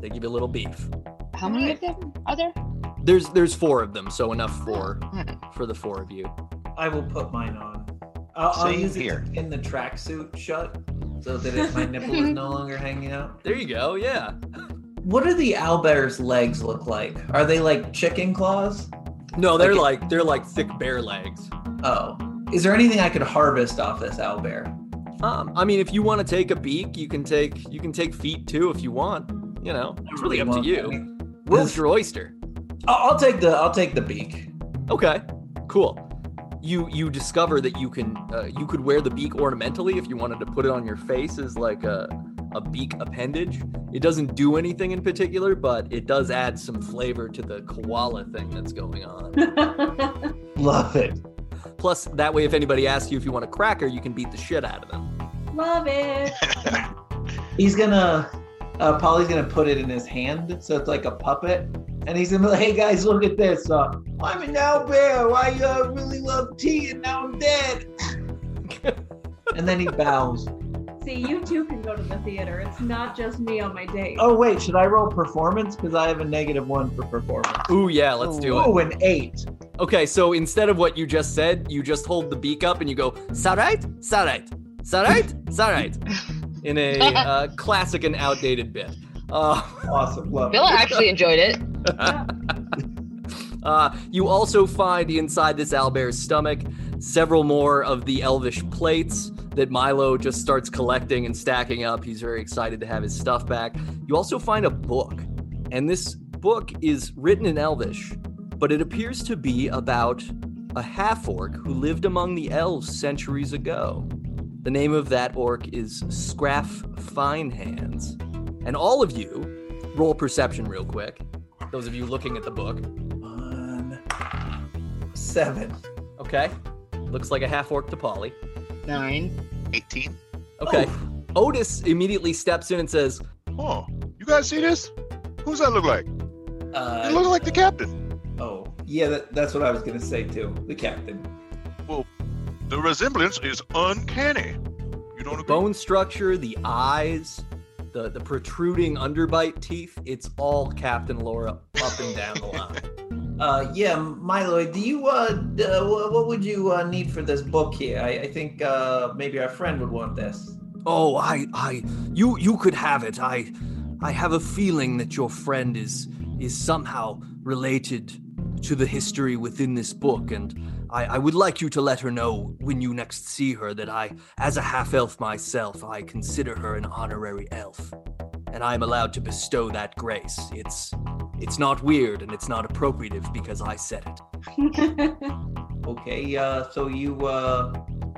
S2: they give you a little beef.
S4: How many of them are there?
S2: There's there's four of them, so enough for
S4: Alright.
S2: for the four of you.
S3: I will put mine on. I'll, I'll
S5: Same
S3: use it
S5: here.
S3: to pin the tracksuit shut so that if my nipple is no longer hanging out.
S2: There you go. Yeah.
S3: What do the owlbear's legs look like? Are they like chicken claws?
S2: No, they're
S3: Okay.
S2: like they're like thick bear legs.
S3: Oh. Is there anything I could harvest off this owlbear?
S2: Um, I mean, if you want to take a beak, you can take you can take feet too if you want. You know,
S3: I
S2: it's really up to
S3: want- I
S2: you.
S3: mean,
S2: Where's
S3: this-
S2: your oyster?
S3: I'll, I'll take the I'll take the beak.
S2: Okay, cool. You you discover that you can uh, you could wear the beak ornamentally if you wanted to put it on your face as like a a beak appendage. It doesn't do anything in particular, but it does add some flavor to the koala thing that's going on.
S3: Love it.
S2: Plus, that way, if anybody asks you if you want a cracker, you can beat the shit out of them.
S1: Love it.
S3: He's gonna uh Polly's gonna put it in his hand so it's like a puppet. And he's gonna be like, hey guys, look at this. Uh, I'm an owlbear. I uh, really love tea and now I'm dead. and then he bows.
S1: See, you too can go to the theater. It's not just me on my date.
S3: Oh wait, should I roll performance? Because I have a negative one for performance.
S2: Ooh yeah, let's do it.
S3: Ooh, an eight.
S2: Okay, so instead of what you just said, you just hold the beak up and you go sarait, sarait, sarait, sarait, in a uh, classic and outdated bit. Uh,
S3: Awesome. Love it.
S4: Bill actually enjoyed it.
S2: Uh, you also find inside this owlbear's stomach several more of the elvish plates that Milo just starts collecting and stacking up. He's very excited to have his stuff back. You also find a book, and this book is written in elvish, but it appears to be about a half orc who lived among the elves centuries ago. The name of that orc is Scraff Finehands. And all of you, roll perception real quick. Those of you looking at the book.
S3: One, seven.
S2: Okay. Looks like a half orc to Polly.
S4: Nine.
S5: 18.
S2: Okay. Otis immediately steps in and says,
S6: Huh. You guys see this? Who's that look like?
S3: Uh,
S6: It looks like the captain.
S3: Oh, yeah, that, that's what I was gonna say too. The captain.
S6: The resemblance is uncanny. You don't agree?
S2: bone structure, the eyes, the, the protruding underbite teeth, it's all Captain Laura up and down the line.
S3: Uh, yeah, Milo, do you uh, d- uh wha- what would you uh, need for this book here? I, I think uh, maybe our friend would want this.
S2: Oh, I I you you could have it. I I have a feeling that your friend is is somehow related to the history within this book and I, I would like you to let her know when you next see her that I, as a half elf myself, I consider her an honorary elf. And I am allowed to bestow that grace. It's it's not weird and it's not appropriative because I said it.
S3: Okay, uh, so you uh,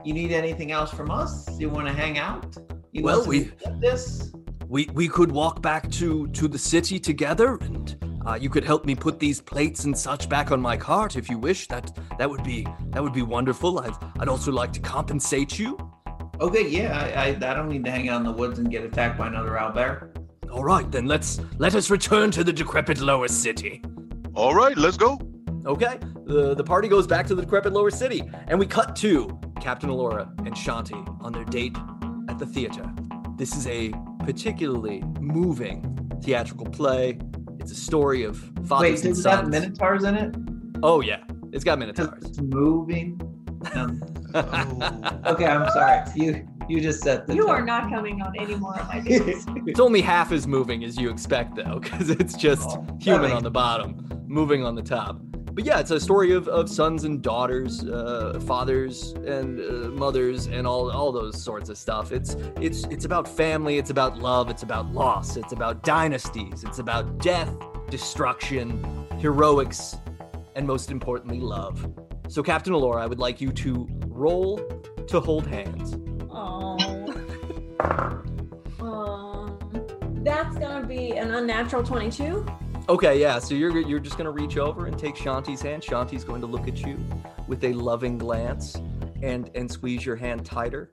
S3: you need anything else from us? You want to hang out? You
S2: Well,
S3: want
S2: we-
S3: to this.
S2: We we could walk back to to the city together, and uh, you could help me put these plates and such back on my cart if you wish. That that would be that would be wonderful. I'd I'd also like to compensate you.
S3: Okay, yeah, I, I, I don't need to hang out in the woods and get attacked by another owlbear.
S2: All right, then let's let us return to the decrepit lower city.
S6: All right, let's go.
S2: Okay, the the party goes back to the decrepit lower city, and we cut to Captain Alora and Shanti on their date at the theater. This is a particularly moving theatrical play. It's a story of fathers
S3: Wait,
S2: and
S3: does it
S2: sons.
S3: have minotaurs in it?
S2: Oh yeah, it's got
S3: 'Cause
S2: minotaurs.
S3: It's moving. No.
S5: Oh.
S3: Okay, I'm sorry. You you just set the.
S1: You
S3: tone.
S1: are not coming on any more of my dates.
S2: It's only half as moving as you expect, though, because it's just
S3: Oh,
S2: human
S3: alright.
S2: on the bottom, moving on the top. But yeah, it's a story of, of sons and daughters, uh, fathers and uh, mothers, and all all those sorts of stuff. It's it's it's about family. It's about love. It's about loss. It's about dynasties. It's about death, destruction, heroics, and most importantly, love. So, Captain Alora, I would like you to roll to hold hands.
S1: Oh. um, that's gonna be an unnatural 22.
S2: Okay, yeah. So you're you're just gonna reach over and take Shanti's hand. Shanti's going to look at you with a loving glance and and squeeze your hand tighter.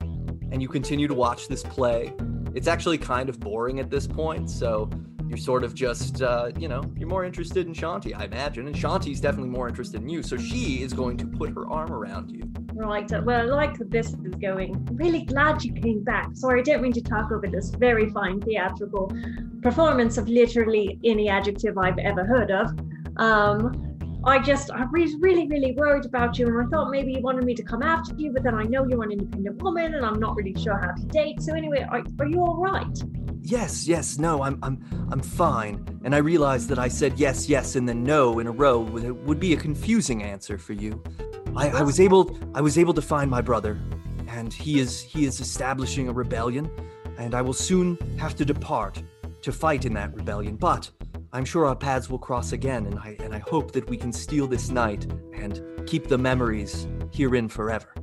S2: And you continue to watch this play. It's actually kind of boring at this point, so you're sort of just uh, you know you're more interested in Shanti, I imagine, and Shanti's definitely more interested in you. So she is going to put her arm around you.
S1: Right, uh, well, I like that this is going. Really glad you came back. Sorry, I didn't mean to talk over this very fine theatrical performance of literally any adjective I've ever heard of. Um, I just, I was really, really worried about you, and I thought maybe you wanted me to come after you, but then I know you're an independent woman, and I'm not really sure how to date. So, anyway, are, are you all right?
S2: Yes, yes, no, I'm I'm I'm fine. And I realized that I said yes, yes, and then no in a row would, it would be a confusing answer for you. I, I was able I was able to find my brother, and he is he is establishing a rebellion, and I will soon have to depart to fight in that rebellion. But I'm sure our paths will cross again, and I and I hope that we can steal this night and keep the memories herein forever.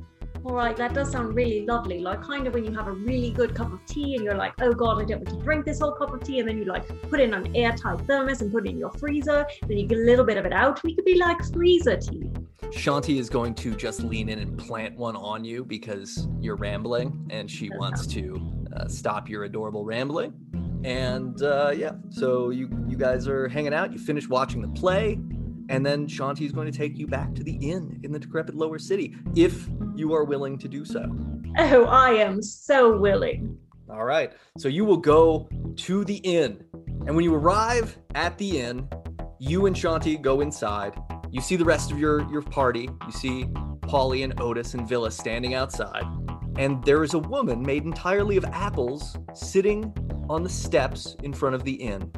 S1: All right, that does sound really lovely. Like kind of when you have a really good cup of tea and you're like, oh god, I don't want to drink this whole cup of tea, and then you like put it in an airtight thermos and put it in your freezer, then you get a little bit of it out. We could be like freezer tea.
S2: Shanti is going to just lean in and plant one on you because you're rambling and she wants to uh, stop your adorable rambling. And uh, yeah, so you you guys are hanging out, you finish watching the play, and then Shanti is going to take you back to the inn in the decrepit lower city if you are willing to do so.
S1: Oh, I am so willing.
S2: All right. So you will go to the inn. And when you arrive at the inn, you and Shanti go inside. You see the rest of your, your party. You see Polly and Otis and Villa standing outside. And there is a woman made entirely of apples sitting on the steps in front of the inn.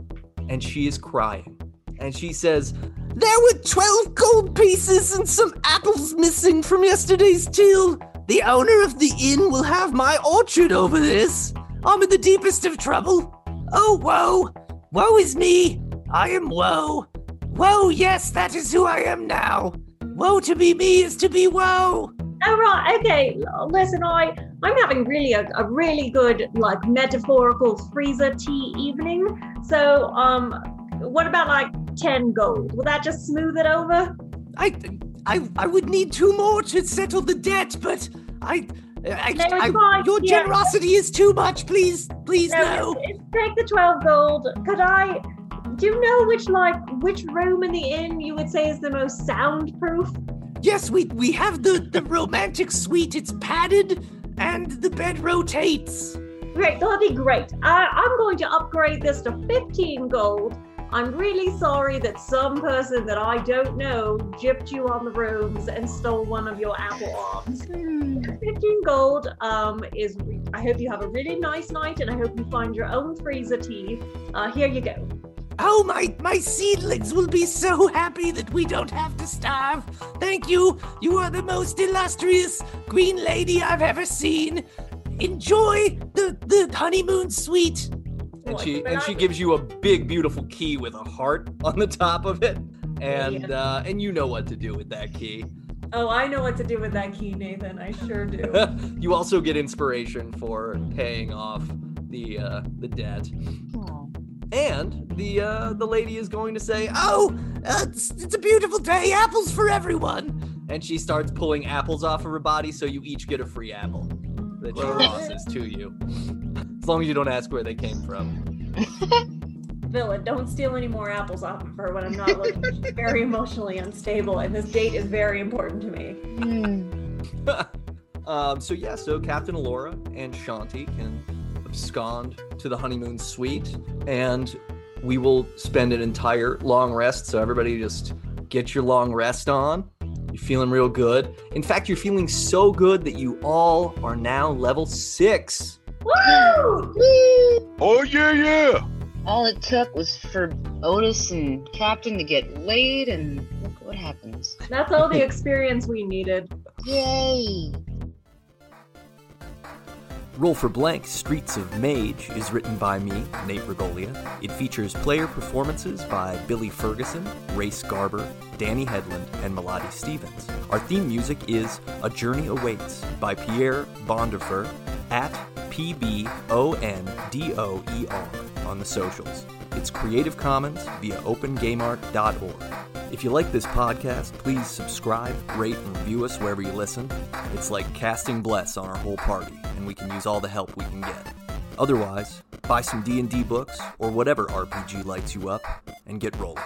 S2: And she is crying. And she says, There were 12 gold pieces and some apples missing from yesterday's till. The owner of the inn will have my orchard over this. I'm in the deepest of trouble. Oh, woe! Woe is me! I am woe! Woe, yes, that is who I am now! Woe to be me is to be woe!
S1: All right, okay. l- Listen, I I'm having really a, a really good like metaphorical freezer tea evening. So um, what about like ten gold? Will that just smooth it over?
S2: I, I, I would need two more to settle the debt, but I, I,
S1: No, it's fine, yeah.
S2: generosity is too much. Please, please,
S1: No, it's- it's- take the twelve gold. Could I? Do you know which like which room in the inn you would say is the most soundproof?
S2: Yes, we we have the the romantic suite. It's padded, and the bed rotates.
S1: Great, that'll be great. I, I'm going to upgrade this to fifteen gold. I'm really sorry that some person that I don't know gypped you on the rooms and stole one of your apple arms.
S2: Hmm.
S1: Fifteen gold um, is. I hope you have a really nice night, and I hope you find your own freezer tea. Uh, here you go.
S2: Oh my my seedlings will be so happy that we don't have to starve. Thank you. You are the most illustrious green lady I've ever seen. Enjoy the the honeymoon suite. And
S1: Boy,
S2: she
S1: but
S2: and she
S1: I-
S2: gives you a big beautiful key with a heart on the top of it. And uh, and you know what to do with that key.
S1: Oh, I know what to do with that key, Nathan. I sure do.
S2: you also get inspiration for paying off the uh, the debt.
S4: Aw.
S2: And the uh, the lady is going to say, "Oh, uh, it's, it's a beautiful day. Apples for everyone." And she starts pulling apples off of her body, so you each get a free apple that she
S3: Gross.
S2: tosses to you. As long as you don't ask where they came from.
S1: Villa, don't steal any more apples off of her when I'm not looking. She's very emotionally unstable, and this date is very important to me.
S4: Hmm.
S2: um, so yeah, so Captain Alora and Shanti can abscond to the honeymoon suite, and we will spend an entire long rest. So everybody, just get your long rest on. You're feeling real good. In fact, you're feeling so good that you all are now level six.
S1: Woo!
S4: Woo!
S6: Oh, yeah, yeah.
S4: All it took was for Otis and Captain to get laid, and look what happens.
S1: That's all the experience we needed.
S4: Yay!
S2: Roll for Blank Streets of Mage is written by me, Nate Regolia. It features player performances by Billy Ferguson, Race Garber, Danny Headland, and Melody Stevens. Our theme music is A Journey Awaits by Pierre Bondifer at P-B-O-N-D-O-E-R E on the socials. It's Creative Commons via opengameart.org. If you like this podcast, please subscribe, rate, and review us wherever you listen. It's like casting bless on our whole party, and we can use all the help we can get. Otherwise, buy some D&D books or whatever RPG lights you up and get rolling.